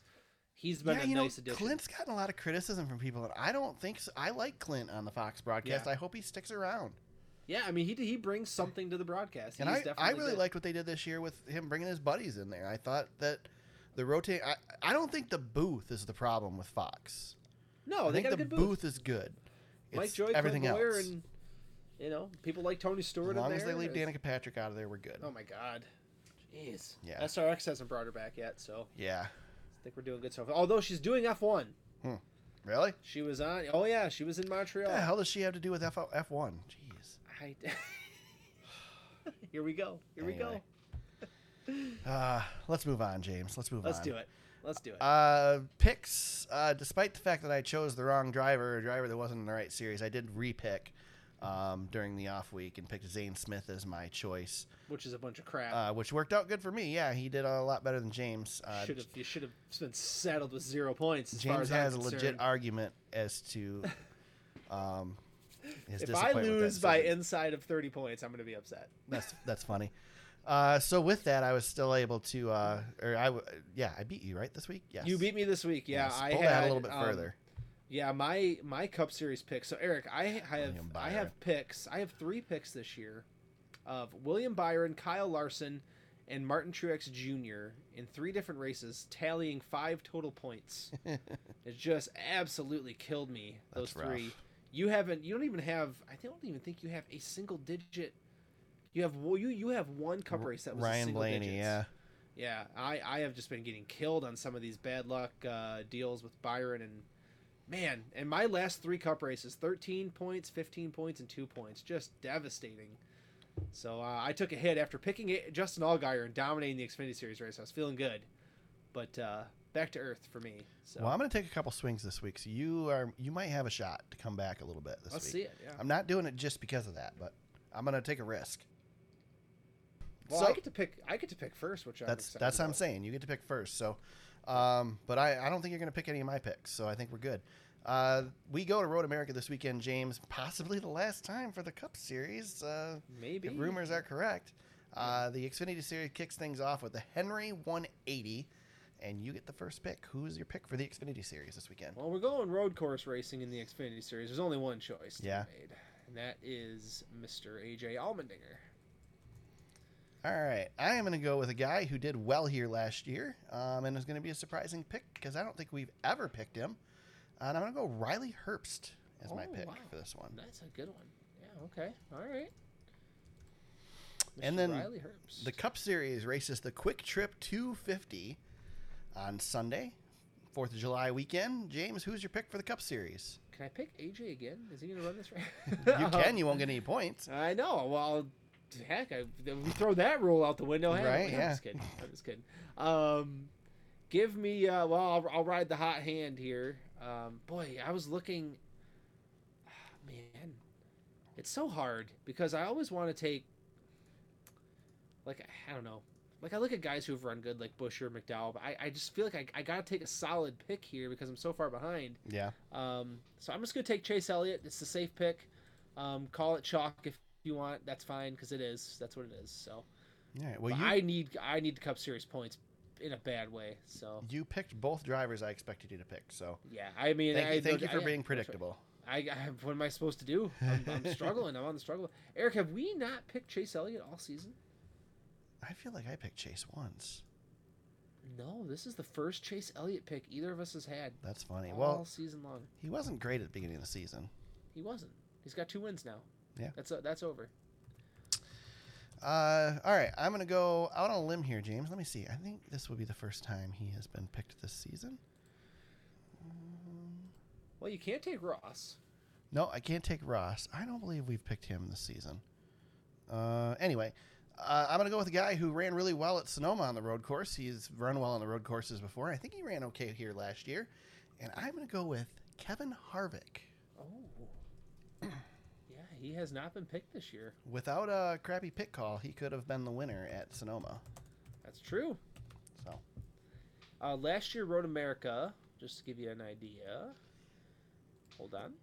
[SPEAKER 3] he's been
[SPEAKER 2] yeah,
[SPEAKER 3] a
[SPEAKER 2] you
[SPEAKER 3] nice
[SPEAKER 2] know,
[SPEAKER 3] addition.
[SPEAKER 2] Clint's gotten a lot of criticism from people, and I don't think so. I like Clint on the Fox broadcast. I hope he sticks around.
[SPEAKER 3] Yeah, I mean he he brings something to the broadcast.
[SPEAKER 2] And
[SPEAKER 3] He's
[SPEAKER 2] I, I
[SPEAKER 3] definitely
[SPEAKER 2] really
[SPEAKER 3] good.
[SPEAKER 2] liked what they did this year with him bringing his buddies in there. I thought that the rotate. I, I don't think the booth is the problem with Fox.
[SPEAKER 3] No,
[SPEAKER 2] I
[SPEAKER 3] Oh, they
[SPEAKER 2] think
[SPEAKER 3] got
[SPEAKER 2] the
[SPEAKER 3] a good
[SPEAKER 2] booth.
[SPEAKER 3] booth.
[SPEAKER 2] is good.
[SPEAKER 3] Mike
[SPEAKER 2] It's
[SPEAKER 3] Joy,
[SPEAKER 2] everything
[SPEAKER 3] Clint Boyer,
[SPEAKER 2] else.
[SPEAKER 3] and you know people like Tony Stewart.
[SPEAKER 2] as
[SPEAKER 3] in
[SPEAKER 2] long as they
[SPEAKER 3] there,
[SPEAKER 2] leave
[SPEAKER 3] it's-
[SPEAKER 2] Danica Patrick out of there, we're good.
[SPEAKER 3] Oh my god. Jeez.
[SPEAKER 2] Yeah.
[SPEAKER 3] SRX hasn't brought her back yet, so
[SPEAKER 2] Yeah.
[SPEAKER 3] I think we're doing good so far. Although she's doing F1.
[SPEAKER 2] Really?
[SPEAKER 3] She was on. Oh yeah, she was in Montreal.
[SPEAKER 2] What the hell does she have to do with F F one? Jeez.
[SPEAKER 3] I, here we go. Here we go.
[SPEAKER 2] Anyway. Uh, let's move on, James. Let's move
[SPEAKER 3] Let's
[SPEAKER 2] on.
[SPEAKER 3] do it. Let's do it.
[SPEAKER 2] um, Uh, picks. Uh, despite the fact that I chose the wrong driver, a driver that wasn't in the right series, I did repick um, during the off week and picked Zane Smith as my choice,
[SPEAKER 3] Which is a bunch of crap.
[SPEAKER 2] uh, which worked out good for me. Yeah, he did a lot better than James. Uh,
[SPEAKER 3] should have you should have been saddled with zero points. As far
[SPEAKER 2] James
[SPEAKER 3] as
[SPEAKER 2] has a
[SPEAKER 3] I'm
[SPEAKER 2] legit
[SPEAKER 3] concerned.
[SPEAKER 2] argument as to um, his
[SPEAKER 3] If I
[SPEAKER 2] disappointment with that
[SPEAKER 3] lose by
[SPEAKER 2] decision.
[SPEAKER 3] inside of thirty points, I'm gonna be upset.
[SPEAKER 2] That's that's funny. Uh, so with that, I was still able to, uh, or I, w- yeah, I beat you right this week. Yes,
[SPEAKER 3] You beat me this week. Yeah,
[SPEAKER 2] Yes.
[SPEAKER 3] I
[SPEAKER 2] pull
[SPEAKER 3] had
[SPEAKER 2] that a little bit
[SPEAKER 3] um,
[SPEAKER 2] further.
[SPEAKER 3] Yeah, my my Cup Series picks. So Eric, I, I have
[SPEAKER 2] William
[SPEAKER 3] I
[SPEAKER 2] Byron.
[SPEAKER 3] have picks. I have three picks this year, of William Byron, Kyle Larson, and Martin Truex Jr. in three different races, tallying five total points. it just absolutely killed me. Those
[SPEAKER 2] That's rough.
[SPEAKER 3] three. You haven't. You don't even have. I don't even think you have a single digit. You have well, you you have one cup race that was a
[SPEAKER 2] Ryan
[SPEAKER 3] single
[SPEAKER 2] Blaney,
[SPEAKER 3] digits.
[SPEAKER 2] yeah.
[SPEAKER 3] yeah. I I have just been getting killed on some of these bad luck uh, deals with Byron and man. And my last three cup races, thirteen points, fifteen points, and two points, just devastating. So uh, I took a hit after picking it, Justin Allgaier and dominating the Xfinity Series race. I was feeling good, but uh, back to earth for me. So
[SPEAKER 2] Well, I'm going to take a couple swings this week, so you are you might have a shot to come back a little bit this
[SPEAKER 3] let's
[SPEAKER 2] week.
[SPEAKER 3] see it. Yeah.
[SPEAKER 2] I'm not doing it just because of that, but I'm going to take a risk.
[SPEAKER 3] Well,
[SPEAKER 2] so
[SPEAKER 3] I get to pick. I get to pick first, which I'm
[SPEAKER 2] that's
[SPEAKER 3] excited
[SPEAKER 2] that's what I'm
[SPEAKER 3] about.
[SPEAKER 2] saying. You get to pick first. So, um, but I, I don't think you're going to pick any of my picks. So I think we're good. Uh, we go to Road America this weekend, James. Possibly the last time for the Cup Series. Uh,
[SPEAKER 3] Maybe
[SPEAKER 2] if rumors are correct, uh, the Xfinity Series kicks things off with the Henry 180, and you get the first pick. Who's your pick for the Xfinity Series this weekend?
[SPEAKER 3] Well, we're going road course racing in the Xfinity Series. There's only one choice to be
[SPEAKER 2] Yeah.
[SPEAKER 3] made, and that is Mr. AJ Allmendinger.
[SPEAKER 2] All right, I am going to go with a guy who did well here last year, um, and is going to be a surprising pick because I don't think we've ever picked him. And I'm going to go Riley Herbst as my
[SPEAKER 3] Oh,
[SPEAKER 2] pick
[SPEAKER 3] wow.
[SPEAKER 2] for this one.
[SPEAKER 3] That's a good one. Yeah. Okay. All right.
[SPEAKER 2] And
[SPEAKER 3] Mr.
[SPEAKER 2] then
[SPEAKER 3] Riley Herbst.
[SPEAKER 2] The Cup Series races the Quick Trip 250 on Sunday, Fourth of July weekend. James, who's your pick for the Cup Series?
[SPEAKER 3] Can I pick AJ again? Is he going to run this race?
[SPEAKER 2] You can. You won't get any points.
[SPEAKER 3] I know. Well, heck, I, we throw that rule out the window. Hey,
[SPEAKER 2] Right,
[SPEAKER 3] I'm
[SPEAKER 2] yeah.
[SPEAKER 3] just kidding. I'm just kidding. Um, give me. Uh, well, I'll, I'll ride the hot hand here. Um, boy, I was looking. Ah, man, it's so hard because I always want to take. Like I don't know. Like I look at guys who've run good, like Busher, McDowell. But I, I just feel like I, I gotta take a solid pick here because I'm so far behind.
[SPEAKER 2] Yeah.
[SPEAKER 3] Um, so I'm just going to take Chase Elliott. It's a safe pick. Um, call it chalk if you want. That's fine because it is. That's what it is. So
[SPEAKER 2] All right. Well,
[SPEAKER 3] But
[SPEAKER 2] you
[SPEAKER 3] I need I need Cup Series points in a bad way. So
[SPEAKER 2] you picked both drivers I expected you to pick. So
[SPEAKER 3] yeah, I mean,
[SPEAKER 2] thank
[SPEAKER 3] I,
[SPEAKER 2] you, thank you
[SPEAKER 3] I-
[SPEAKER 2] for
[SPEAKER 3] yeah,
[SPEAKER 2] being
[SPEAKER 3] that's right.
[SPEAKER 2] predictable.
[SPEAKER 3] I, I what am I supposed to do? I'm, I'm struggling. I'm on the struggle. Eric, have we not picked Chase Elliott all season?
[SPEAKER 2] I feel like I picked Chase once.
[SPEAKER 3] No, this is the first Chase Elliott pick either of us has had
[SPEAKER 2] That's funny.
[SPEAKER 3] all
[SPEAKER 2] Well,
[SPEAKER 3] season long.
[SPEAKER 2] he wasn't great at the beginning of the season.
[SPEAKER 3] He wasn't. He's got two wins now.
[SPEAKER 2] Yeah.
[SPEAKER 3] that's that's over.
[SPEAKER 2] Uh, all right, I'm gonna go out on a limb here, James. Let me see. I think this will be the first time he has been picked this season.
[SPEAKER 3] Well, you can't take Ross.
[SPEAKER 2] No, I can't take Ross. I don't believe we've picked him this season. Uh, anyway, uh, I'm going to go with a guy who ran really well at Sonoma on the road course. He's run well on the road courses before. I think he ran okay here last year. And I'm going to go with Kevin Harvick.
[SPEAKER 3] Oh. yeah, he has not been picked this year.
[SPEAKER 2] Without a crappy pit call, he could have been the winner at Sonoma.
[SPEAKER 3] That's true.
[SPEAKER 2] So,
[SPEAKER 3] Uh, last year, Road America, just to give you an idea. Hold on.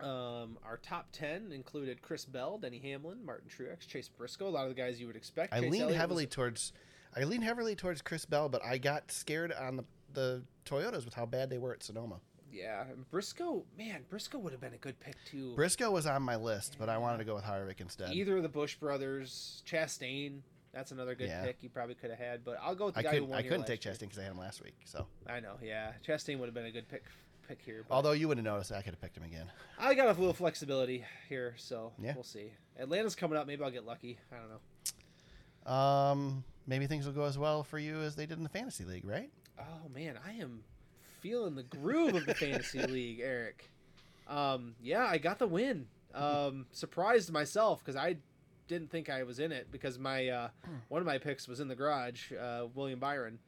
[SPEAKER 3] Um, our top 10 included Chris Bell, Denny Hamlin, Martin Truex, Chase Briscoe, a lot of the guys you would expect.
[SPEAKER 2] I
[SPEAKER 3] Chase
[SPEAKER 2] leaned
[SPEAKER 3] Elliott was-
[SPEAKER 2] heavily towards I leaned heavily towards Chris Bell, but I got scared on the the Toyotas with how bad they were at Sonoma.
[SPEAKER 3] yeah, and Briscoe, man, Briscoe would have been a good pick, too.
[SPEAKER 2] Briscoe was on my list, but I wanted to go with Harvick instead.
[SPEAKER 3] Either of the Bush brothers, Chastain, that's another good
[SPEAKER 2] Yeah.
[SPEAKER 3] pick you probably could have had, but I'll go with the
[SPEAKER 2] I
[SPEAKER 3] guy who
[SPEAKER 2] couldn't.
[SPEAKER 3] won
[SPEAKER 2] I
[SPEAKER 3] here
[SPEAKER 2] couldn't
[SPEAKER 3] last
[SPEAKER 2] take
[SPEAKER 3] year.
[SPEAKER 2] Chastain because I had him last week. So,
[SPEAKER 3] I know, yeah. Chastain would have been a good pick pick here. but-
[SPEAKER 2] although you wouldn't have noticed, I could have picked him again.
[SPEAKER 3] I got a little flexibility here, so
[SPEAKER 2] Yeah.
[SPEAKER 3] we'll see. Atlanta's coming up. Maybe I'll get lucky. I don't know.
[SPEAKER 2] Um, maybe things will go as well for you as they did in the fantasy league, right?
[SPEAKER 3] Oh man, I am feeling the groove of the fantasy league, Eric. Um, yeah, I got the win. Um, surprised myself because I didn't think I was in it because my uh,
[SPEAKER 2] Hmm.
[SPEAKER 3] one of my picks was in the garage, uh, William Byron.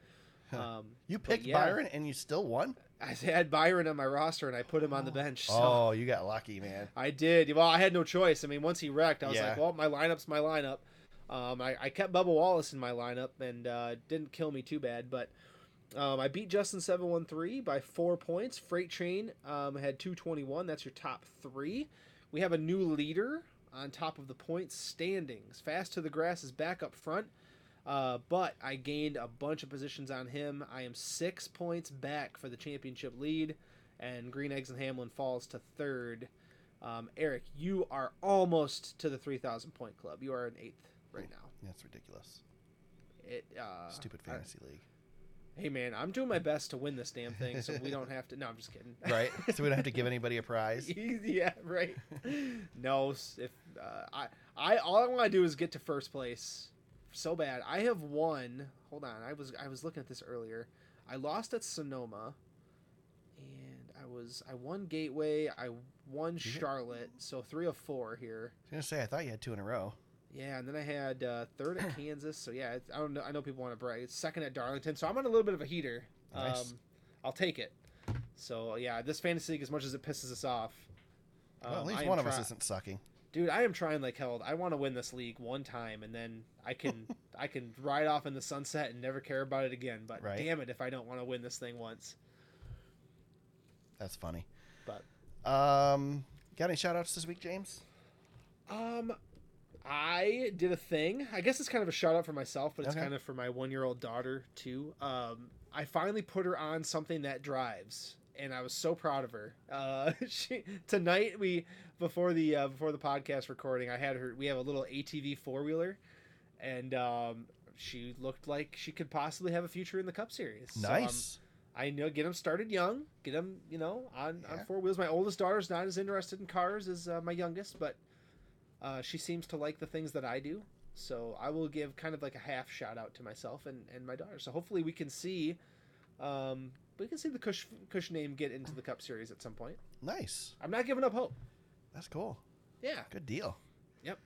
[SPEAKER 2] Huh.
[SPEAKER 3] Um,
[SPEAKER 2] You
[SPEAKER 3] But
[SPEAKER 2] picked
[SPEAKER 3] yeah.
[SPEAKER 2] Byron and you still won.
[SPEAKER 3] I had Byron on my roster and I put him on the bench. So.
[SPEAKER 2] Oh, you got lucky, man.
[SPEAKER 3] I did. Well, I had no choice. I mean, once he wrecked, I was
[SPEAKER 2] Yeah.
[SPEAKER 3] like, well, my lineup's my lineup. Um, I, I kept Bubba Wallace in my lineup and uh, it didn't kill me too bad, but um, I beat Justin seven one three by four points. Freight Train um, had two twenty one. That's your top three. We have a new leader on top of the points standings. Fast to the grass is back up front, uh, but I gained a bunch of positions on him. I am six points back for the championship lead, and Green Eggs and Hamlin falls to third. Um, Eric, you are almost to the 3,000 point club. You are in eighth right now.
[SPEAKER 2] That's ridiculous.
[SPEAKER 3] It uh,
[SPEAKER 2] Stupid
[SPEAKER 3] I-
[SPEAKER 2] fantasy league.
[SPEAKER 3] hey man, I'm doing my best to win this damn thing, so we don't have to. No, I'm just kidding.
[SPEAKER 2] Right? so we don't have to give anybody a prize.
[SPEAKER 3] yeah, right. No, s- if uh, I I all I want to do is get to first place so bad. I have won. Hold on, I was I was looking at this earlier. I lost at Sonoma, and I was I won Gateway. I won
[SPEAKER 2] you hit-
[SPEAKER 3] Charlotte, so three of four here.
[SPEAKER 2] I was going to say, I thought you had two in a row.
[SPEAKER 3] Yeah, and then I had uh, third at Kansas. So yeah, it's, I don't know. I know people want to brag. It's second at Darlington. So I'm on a little bit of a heater.
[SPEAKER 2] Nice.
[SPEAKER 3] Um, I'll take it. So yeah, this fantasy league, as much as it pisses us off,
[SPEAKER 2] well, at
[SPEAKER 3] um,
[SPEAKER 2] least
[SPEAKER 3] I am
[SPEAKER 2] one of
[SPEAKER 3] try-
[SPEAKER 2] us isn't sucking.
[SPEAKER 3] Dude, I am trying like hell. I want to win this league one time, and then I can I can ride off in the sunset and never care about it again. But
[SPEAKER 2] Right.
[SPEAKER 3] damn it, if I don't want to win this thing once.
[SPEAKER 2] That's funny.
[SPEAKER 3] But-
[SPEAKER 2] um, got any shout outs this week, James?
[SPEAKER 3] Um, I did a thing. I guess it's kind of a shout out for myself, but it's
[SPEAKER 2] Okay.
[SPEAKER 3] kind of for my one year old daughter too. Um, I finally put her on something that drives, and I was so proud of her. Uh, she tonight we before the uh, before the podcast recording, I had her. We have a little ATV four wheeler, and um, she looked like she could possibly have a future in the Cup Series. So um, I'm-
[SPEAKER 2] Nice.
[SPEAKER 3] I know get them started young, get them you know on,
[SPEAKER 2] Yeah.
[SPEAKER 3] on four wheels. My oldest daughter's not as interested in cars as uh, my youngest, but uh, she seems to like the things that I do. So I will give kind of like a half shout out to myself and, and my daughter. So hopefully we can see, um, we can see the Cush Cush name get into the Cup Series at some point.
[SPEAKER 2] nice.
[SPEAKER 3] I'm not giving up hope.
[SPEAKER 2] That's cool.
[SPEAKER 3] Yeah.
[SPEAKER 2] Good deal.
[SPEAKER 3] Yep.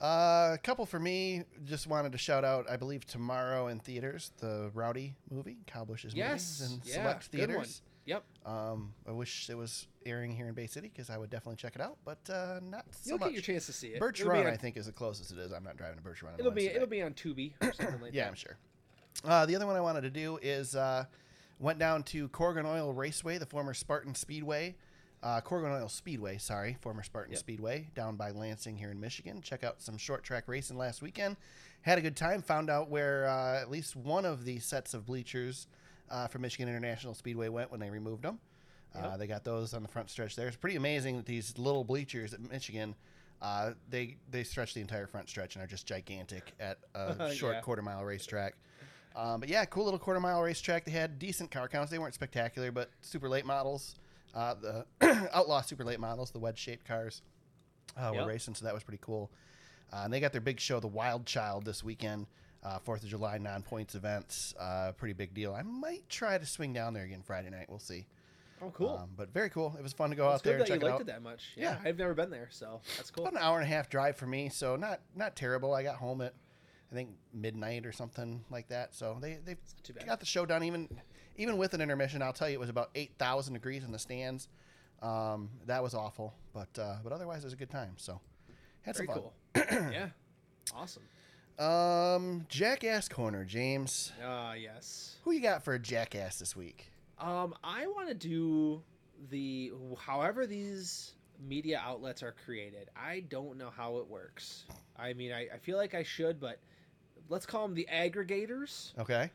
[SPEAKER 2] Uh, a couple for me. Just wanted to shout out. I believe tomorrow in theaters, the Rowdy movie, Cowbush's
[SPEAKER 3] Yes.
[SPEAKER 2] movies in
[SPEAKER 3] Yeah,
[SPEAKER 2] select
[SPEAKER 3] good one.
[SPEAKER 2] theaters.
[SPEAKER 3] Yep.
[SPEAKER 2] Um, I wish it was airing here in Bay City because I would definitely check it out, but uh, not so
[SPEAKER 3] You'll
[SPEAKER 2] much.
[SPEAKER 3] get your chance to see it.
[SPEAKER 2] Birch
[SPEAKER 3] It'll be
[SPEAKER 2] Run,
[SPEAKER 3] on-
[SPEAKER 2] I think, is the closest it is. I'm not driving to Birch Run.
[SPEAKER 3] It'll
[SPEAKER 2] unless
[SPEAKER 3] be
[SPEAKER 2] I-
[SPEAKER 3] it'll be on Tubi or something like
[SPEAKER 2] yeah,
[SPEAKER 3] that.
[SPEAKER 2] I'm sure. Uh, the other one I wanted to do is uh, went down to Corgan Oil Raceway, the former Spartan Speedway, uh, Corgan Oil Speedway, sorry, former Spartan
[SPEAKER 3] Yep.
[SPEAKER 2] Speedway, down by Lansing here in Michigan. Check out some short track racing last weekend. Had a good time. Found out where uh, at least one of the sets of bleachers uh, from Michigan International Speedway went when they removed them. Uh,
[SPEAKER 3] Yep.
[SPEAKER 2] they got those on the front stretch there. It's pretty amazing that these little bleachers at Michigan, uh, they they stretch the entire front stretch and are just gigantic at a short
[SPEAKER 3] Yeah.
[SPEAKER 2] quarter mile racetrack. Um, but yeah, cool little quarter mile racetrack. They had decent car counts. They weren't spectacular, but super late models, uh, the outlaw super late models, the wedge shaped cars uh,
[SPEAKER 3] Yep.
[SPEAKER 2] were racing, so that was pretty cool. Uh, and they got their big show, the Wild Child, this weekend. Uh, Fourth of July non points events, uh, pretty big deal. I might try to swing down there again Friday night. We'll see.
[SPEAKER 3] Oh, cool.
[SPEAKER 2] Um, but very cool. It was fun to go
[SPEAKER 3] it's
[SPEAKER 2] out there
[SPEAKER 3] good
[SPEAKER 2] and
[SPEAKER 3] that you
[SPEAKER 2] check it
[SPEAKER 3] liked
[SPEAKER 2] out.
[SPEAKER 3] it that much.
[SPEAKER 2] Yeah.
[SPEAKER 3] yeah, I've never been there, so that's cool.
[SPEAKER 2] About an hour and a half drive for me, so not not terrible. I got home at I think midnight or something like that. So they they
[SPEAKER 3] It's not too bad.
[SPEAKER 2] got the show done even even with an intermission. I'll tell you, it was about eight thousand degrees in the stands. Um, that was awful, but uh, but otherwise it was a good time. So had
[SPEAKER 3] Very
[SPEAKER 2] some fun.
[SPEAKER 3] cool. yeah. Awesome.
[SPEAKER 2] Um, Jackass Corner, James.
[SPEAKER 3] Ah, yes.
[SPEAKER 2] Who you got for a Jackass this week?
[SPEAKER 3] Um, I want to do the however these media outlets are created. I don't know how it works. I mean, I, I feel like I should, but let's call them the aggregators
[SPEAKER 2] Okay,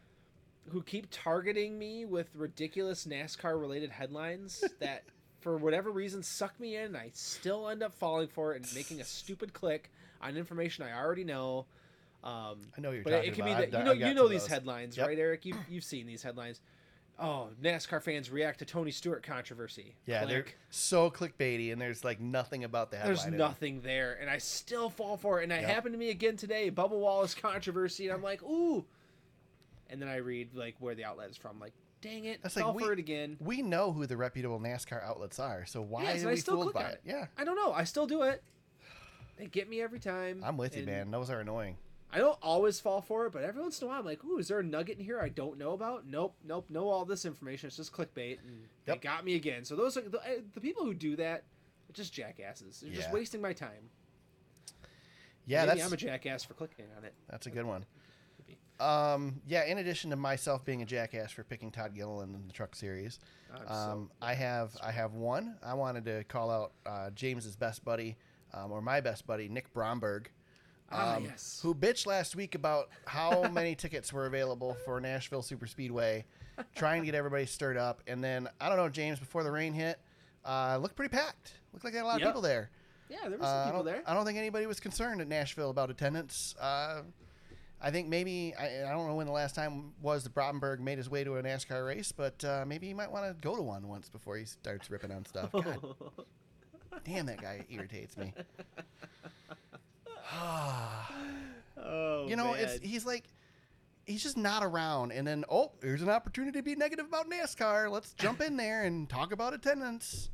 [SPEAKER 3] who keep targeting me with ridiculous NASCAR related headlines that, for whatever reason, suck me in. And I still end up falling for it and making a stupid click on information I already know. Um,
[SPEAKER 2] I know what you're
[SPEAKER 3] but
[SPEAKER 2] talking
[SPEAKER 3] it can
[SPEAKER 2] about.
[SPEAKER 3] be
[SPEAKER 2] I've
[SPEAKER 3] that you
[SPEAKER 2] done-
[SPEAKER 3] know
[SPEAKER 2] I've got
[SPEAKER 3] you know
[SPEAKER 2] to
[SPEAKER 3] these
[SPEAKER 2] those.
[SPEAKER 3] headlines,
[SPEAKER 2] Yep.
[SPEAKER 3] right, Eric? You've you've seen these headlines. Oh, NASCAR fans react to Tony Stewart controversy.
[SPEAKER 2] Yeah, they're
[SPEAKER 3] Click.
[SPEAKER 2] so clickbaity, and there's like nothing about the headline.
[SPEAKER 3] there's
[SPEAKER 2] in it.
[SPEAKER 3] nothing there, and I still fall for it. And it
[SPEAKER 2] Yep.
[SPEAKER 3] happened to me again today. Bubba Wallace controversy, and I'm like, ooh. And then I read like where the outlet is from. Like, dang it,
[SPEAKER 2] That's like
[SPEAKER 3] fell
[SPEAKER 2] we-
[SPEAKER 3] for it again.
[SPEAKER 2] We know who the reputable NASCAR outlets are, so why
[SPEAKER 3] Yes,
[SPEAKER 2] are
[SPEAKER 3] and I
[SPEAKER 2] we
[SPEAKER 3] still
[SPEAKER 2] fooled
[SPEAKER 3] click
[SPEAKER 2] by
[SPEAKER 3] on
[SPEAKER 2] it?
[SPEAKER 3] it.
[SPEAKER 2] Yeah,
[SPEAKER 3] I don't know. I still do it. They get me every time.
[SPEAKER 2] I'm with you,
[SPEAKER 3] and
[SPEAKER 2] man. Those are annoying.
[SPEAKER 3] I don't always fall for it, but every once in a while, I'm like, "Ooh, is there a nugget in here I don't know about?" Nope, nope, know all this information. It's just clickbait, and
[SPEAKER 2] Yep.
[SPEAKER 3] they got me again. So those are the, eh, the people who do that. Are just jackasses. They're
[SPEAKER 2] Yeah.
[SPEAKER 3] just wasting my time.
[SPEAKER 2] Yeah,
[SPEAKER 3] Maybe
[SPEAKER 2] that's
[SPEAKER 3] I'm a jackass for clicking on it.
[SPEAKER 2] that's a good one.
[SPEAKER 3] Could be.
[SPEAKER 2] Um, yeah, in addition to myself being a jackass for picking Todd Gilliland in the truck series,
[SPEAKER 3] I'm
[SPEAKER 2] um,
[SPEAKER 3] so-
[SPEAKER 2] I have I have one. I wanted to call out uh, James's best buddy, um, or my best buddy, Nick Bromberg.
[SPEAKER 3] Ah,
[SPEAKER 2] um,
[SPEAKER 3] yes.
[SPEAKER 2] who bitched last week about how many tickets were available for Nashville Super Speedway, trying to get everybody stirred up. And then I don't know, James, before the rain hit, uh, looked pretty packed. Looked like they had a lot
[SPEAKER 3] Yep.
[SPEAKER 2] of people there.
[SPEAKER 3] yeah, there were
[SPEAKER 2] Uh,
[SPEAKER 3] some
[SPEAKER 2] I
[SPEAKER 3] people
[SPEAKER 2] don't-
[SPEAKER 3] there.
[SPEAKER 2] I don't think anybody was concerned at Nashville about attendance. Uh, I think maybe I, I don't know when the last time was that Bromberg made his way to a NASCAR race, but uh, maybe he might want to go to one once before he starts ripping on stuff. God damn, that guy irritates me.
[SPEAKER 3] oh,
[SPEAKER 2] you know,
[SPEAKER 3] man.
[SPEAKER 2] it's he's like he's just not around, and then oh, here's an opportunity to be negative about NASCAR. Let's jump in there and talk about attendance.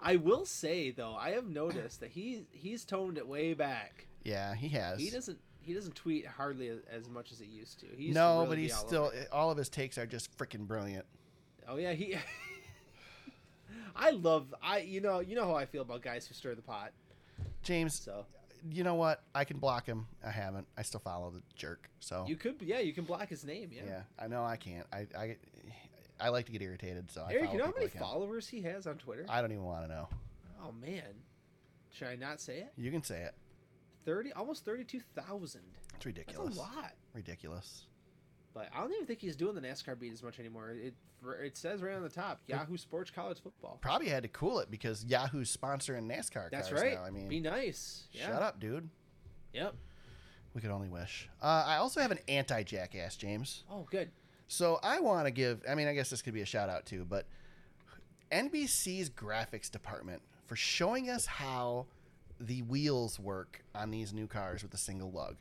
[SPEAKER 3] I will say though, I have noticed that he he's toned it way back.
[SPEAKER 2] Yeah, he has.
[SPEAKER 3] He doesn't he doesn't tweet hardly as, as much as he used to. He used to
[SPEAKER 2] no,
[SPEAKER 3] really
[SPEAKER 2] but
[SPEAKER 3] be
[SPEAKER 2] he's
[SPEAKER 3] all over
[SPEAKER 2] still
[SPEAKER 3] it.
[SPEAKER 2] all of his takes are just freaking brilliant.
[SPEAKER 3] Oh yeah, he. I love I you know you know how I feel about guys who stir the pot.
[SPEAKER 2] James,
[SPEAKER 3] So
[SPEAKER 2] you know what? I can block him. I haven't. I still follow the jerk. So
[SPEAKER 3] you could yeah you can block his name yeah.
[SPEAKER 2] Oh. yeah, I know I can't. I I, I like to get irritated, so I
[SPEAKER 3] Eric,
[SPEAKER 2] follow
[SPEAKER 3] you know how
[SPEAKER 2] people
[SPEAKER 3] many
[SPEAKER 2] I can.
[SPEAKER 3] followers he has on Twitter?
[SPEAKER 2] I don't even want to know.
[SPEAKER 3] oh man, should I not say it?
[SPEAKER 2] You can say it.
[SPEAKER 3] Thirty almost thirty two thousand.
[SPEAKER 2] It's
[SPEAKER 3] That's
[SPEAKER 2] ridiculous.
[SPEAKER 3] a lot.
[SPEAKER 2] Ridiculous.
[SPEAKER 3] But I don't even think he's doing the NASCAR beat as much anymore. It it says right on the top Yahoo Sports College Football.
[SPEAKER 2] Probably had to cool it because Yahoo's sponsoring NASCAR
[SPEAKER 3] That's
[SPEAKER 2] cars
[SPEAKER 3] right.
[SPEAKER 2] now. I mean,
[SPEAKER 3] be nice. Yeah.
[SPEAKER 2] shut up, dude.
[SPEAKER 3] Yep.
[SPEAKER 2] We could only wish. Uh, I also have an anti-jackass, James.
[SPEAKER 3] Oh, good.
[SPEAKER 2] So I want to give. I mean, I guess this could be a shout out too, but NBC's graphics department for showing us how the wheels work on these new cars with a single lug.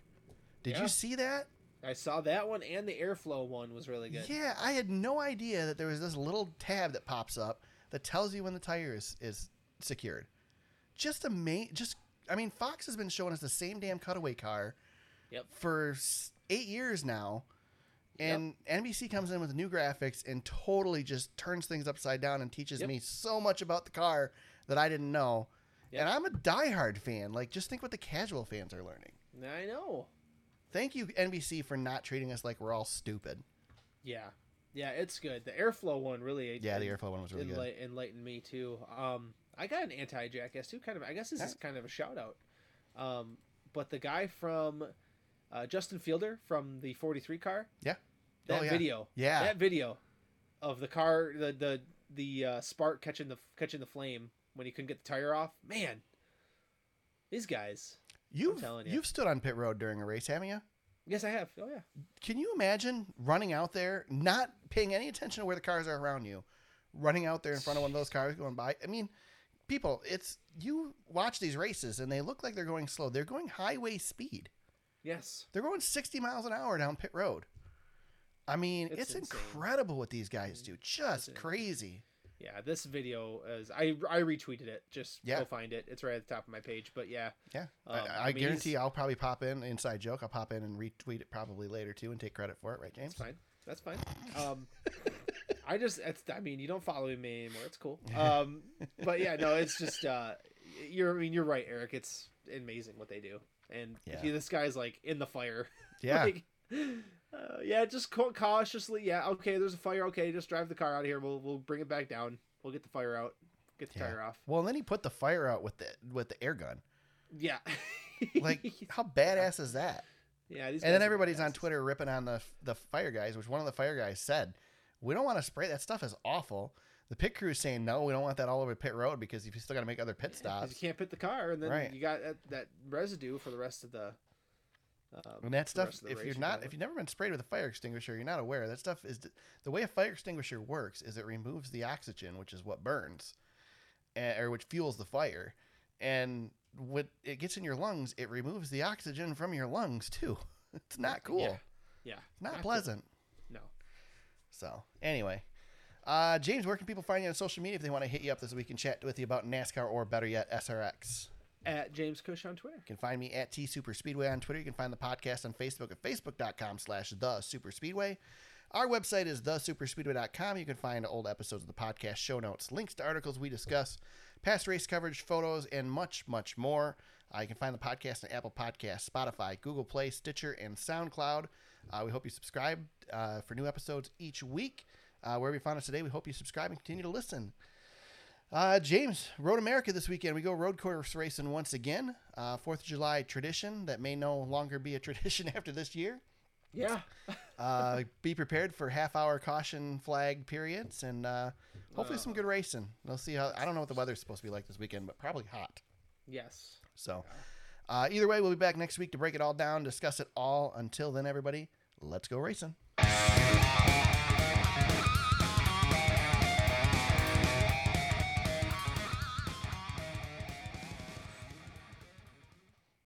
[SPEAKER 2] Did
[SPEAKER 3] Yeah.
[SPEAKER 2] you see that?
[SPEAKER 3] I saw that one and the airflow one was really good.
[SPEAKER 2] Yeah, I had no idea that there was this little tab that pops up that tells you when the tire is, is secured. Just a main, just I mean, Fox has been showing us the same damn cutaway car
[SPEAKER 3] Yep.
[SPEAKER 2] for s- eight years now,
[SPEAKER 3] Yep.
[SPEAKER 2] and NBC comes in with new graphics and totally just turns things upside down and teaches
[SPEAKER 3] Yep.
[SPEAKER 2] me so much about the car that I didn't know.
[SPEAKER 3] Yep.
[SPEAKER 2] And I'm a diehard fan. Like, just think what the casual fans are learning.
[SPEAKER 3] I know.
[SPEAKER 2] Thank you NBC for not treating us like we're all stupid.
[SPEAKER 3] Yeah. Yeah, it's good. The airflow one really
[SPEAKER 2] Yeah, the airflow one was really good.
[SPEAKER 3] enlight- enlightened me too. Um, I got an anti jackass too. Kind of, I guess this is kind of a shout out. Um, but the guy from uh, Justin Fielder from the 43 car,
[SPEAKER 2] Yeah. Oh,
[SPEAKER 3] that
[SPEAKER 2] yeah.
[SPEAKER 3] video,
[SPEAKER 2] Yeah.
[SPEAKER 3] that video of the car, the the the uh, spark catching the catching the flame when he couldn't get the tire off. Man, these guys.
[SPEAKER 2] You've
[SPEAKER 3] telling ya.
[SPEAKER 2] you. have stood on pit road during a race, haven't you?
[SPEAKER 3] Yes, I have. Oh yeah.
[SPEAKER 2] Can you imagine running out there, not paying any attention to where the cars are around you, running out there in front of one of those cars going by? I mean, people, it's you watch these races and they look like they're going slow. They're going highway speed.
[SPEAKER 3] Yes.
[SPEAKER 2] They're going 60 miles an hour down pit road. I mean,
[SPEAKER 3] It's
[SPEAKER 2] it's,
[SPEAKER 3] insane.
[SPEAKER 2] incredible what these guys do. Just
[SPEAKER 3] insane.
[SPEAKER 2] crazy.
[SPEAKER 3] Yeah, this video is I I retweeted it. Just
[SPEAKER 2] Yeah.
[SPEAKER 3] go find it. It's right at the top of my page. But yeah,
[SPEAKER 2] Yeah. I,
[SPEAKER 3] Um,
[SPEAKER 2] I
[SPEAKER 3] I mean,
[SPEAKER 2] guarantee
[SPEAKER 3] he's-
[SPEAKER 2] I'll probably pop in, inside joke, I'll pop in and retweet it probably later too and take credit for it, right, James?
[SPEAKER 3] That's fine. That's fine. Um, I just, it's, I mean, you don't follow me anymore. It's cool. Um, but yeah, no, it's just, uh, you're, I mean, you're right, Eric. It's amazing what they do. And
[SPEAKER 2] Yeah.
[SPEAKER 3] he- this guy's like in the fire.
[SPEAKER 2] Yeah.
[SPEAKER 3] like, uh, yeah, just cau- cautiously. Yeah. Okay. There's a fire. Okay. Just drive the car out of here. We'll, we'll bring it back down. We'll get the fire out. Get the
[SPEAKER 2] Yeah.
[SPEAKER 3] tire off.
[SPEAKER 2] Well, and then he put the fire out with the with the air gun.
[SPEAKER 3] Yeah.
[SPEAKER 2] Like, how badass is that?
[SPEAKER 3] yeah. These
[SPEAKER 2] And then
[SPEAKER 3] guys are
[SPEAKER 2] everybody's on
[SPEAKER 3] badasses.
[SPEAKER 2] Twitter ripping on the the fire guys, which one of the fire guys said, "We don't want to spray that stuff. is awful." The pit crew is saying, "No, we don't want that all over pit road because you still got to make other pit
[SPEAKER 3] 'Cause
[SPEAKER 2] stops."
[SPEAKER 3] You can't pit the car, and then
[SPEAKER 2] Right.
[SPEAKER 3] you got that, that residue for the rest of the. Um,
[SPEAKER 2] And that
[SPEAKER 3] rest
[SPEAKER 2] stuff,
[SPEAKER 3] of the
[SPEAKER 2] if
[SPEAKER 3] race
[SPEAKER 2] you're
[SPEAKER 3] you
[SPEAKER 2] not,
[SPEAKER 3] gotta-
[SPEAKER 2] if you've never been sprayed with a fire extinguisher, you're not aware. That stuff is the way a fire extinguisher works is it removes the oxygen, which is what burns, eh, or which fuels the fire, and what it gets in your lungs, it removes the oxygen from your lungs too. It's not cool.
[SPEAKER 3] Yeah. Yeah.
[SPEAKER 2] Not,
[SPEAKER 3] cool.
[SPEAKER 2] pleasant.
[SPEAKER 3] No.
[SPEAKER 2] So anyway, uh, James, where can people find you on social media if they want to hit you up this week and chat with you about NASCAR or better yet SRX?
[SPEAKER 3] At James Cush on Twitter.
[SPEAKER 2] You can find me at T Super Speedway on Twitter. You can find the podcast on Facebook at facebook.com slash the Super Speedway. Our website is thesuperspeedway.com. You can find old episodes of the podcast, show notes, links to articles we discuss, past race coverage, photos, and much, much more. Uh, you can find the podcast on Apple Podcasts, Spotify, Google Play, Stitcher, and SoundCloud. Uh, we hope you subscribe uh, for new episodes each week. Uh, wherever you found us today, we hope you subscribe and continue to listen. Uh, James, Road America this weekend. We go road course racing once again. Uh, Fourth of July tradition that may no longer be a tradition after this year.
[SPEAKER 3] Yeah.
[SPEAKER 2] Uh, be prepared for half hour caution flag periods and uh, hopefully some good racing. We'll see how. I don't know what the weather's supposed to be like this weekend, but probably hot.
[SPEAKER 3] Yes.
[SPEAKER 2] So, Uh, either way, we'll be back next week to break it all down, discuss it all. Until then, everybody, let's go racing.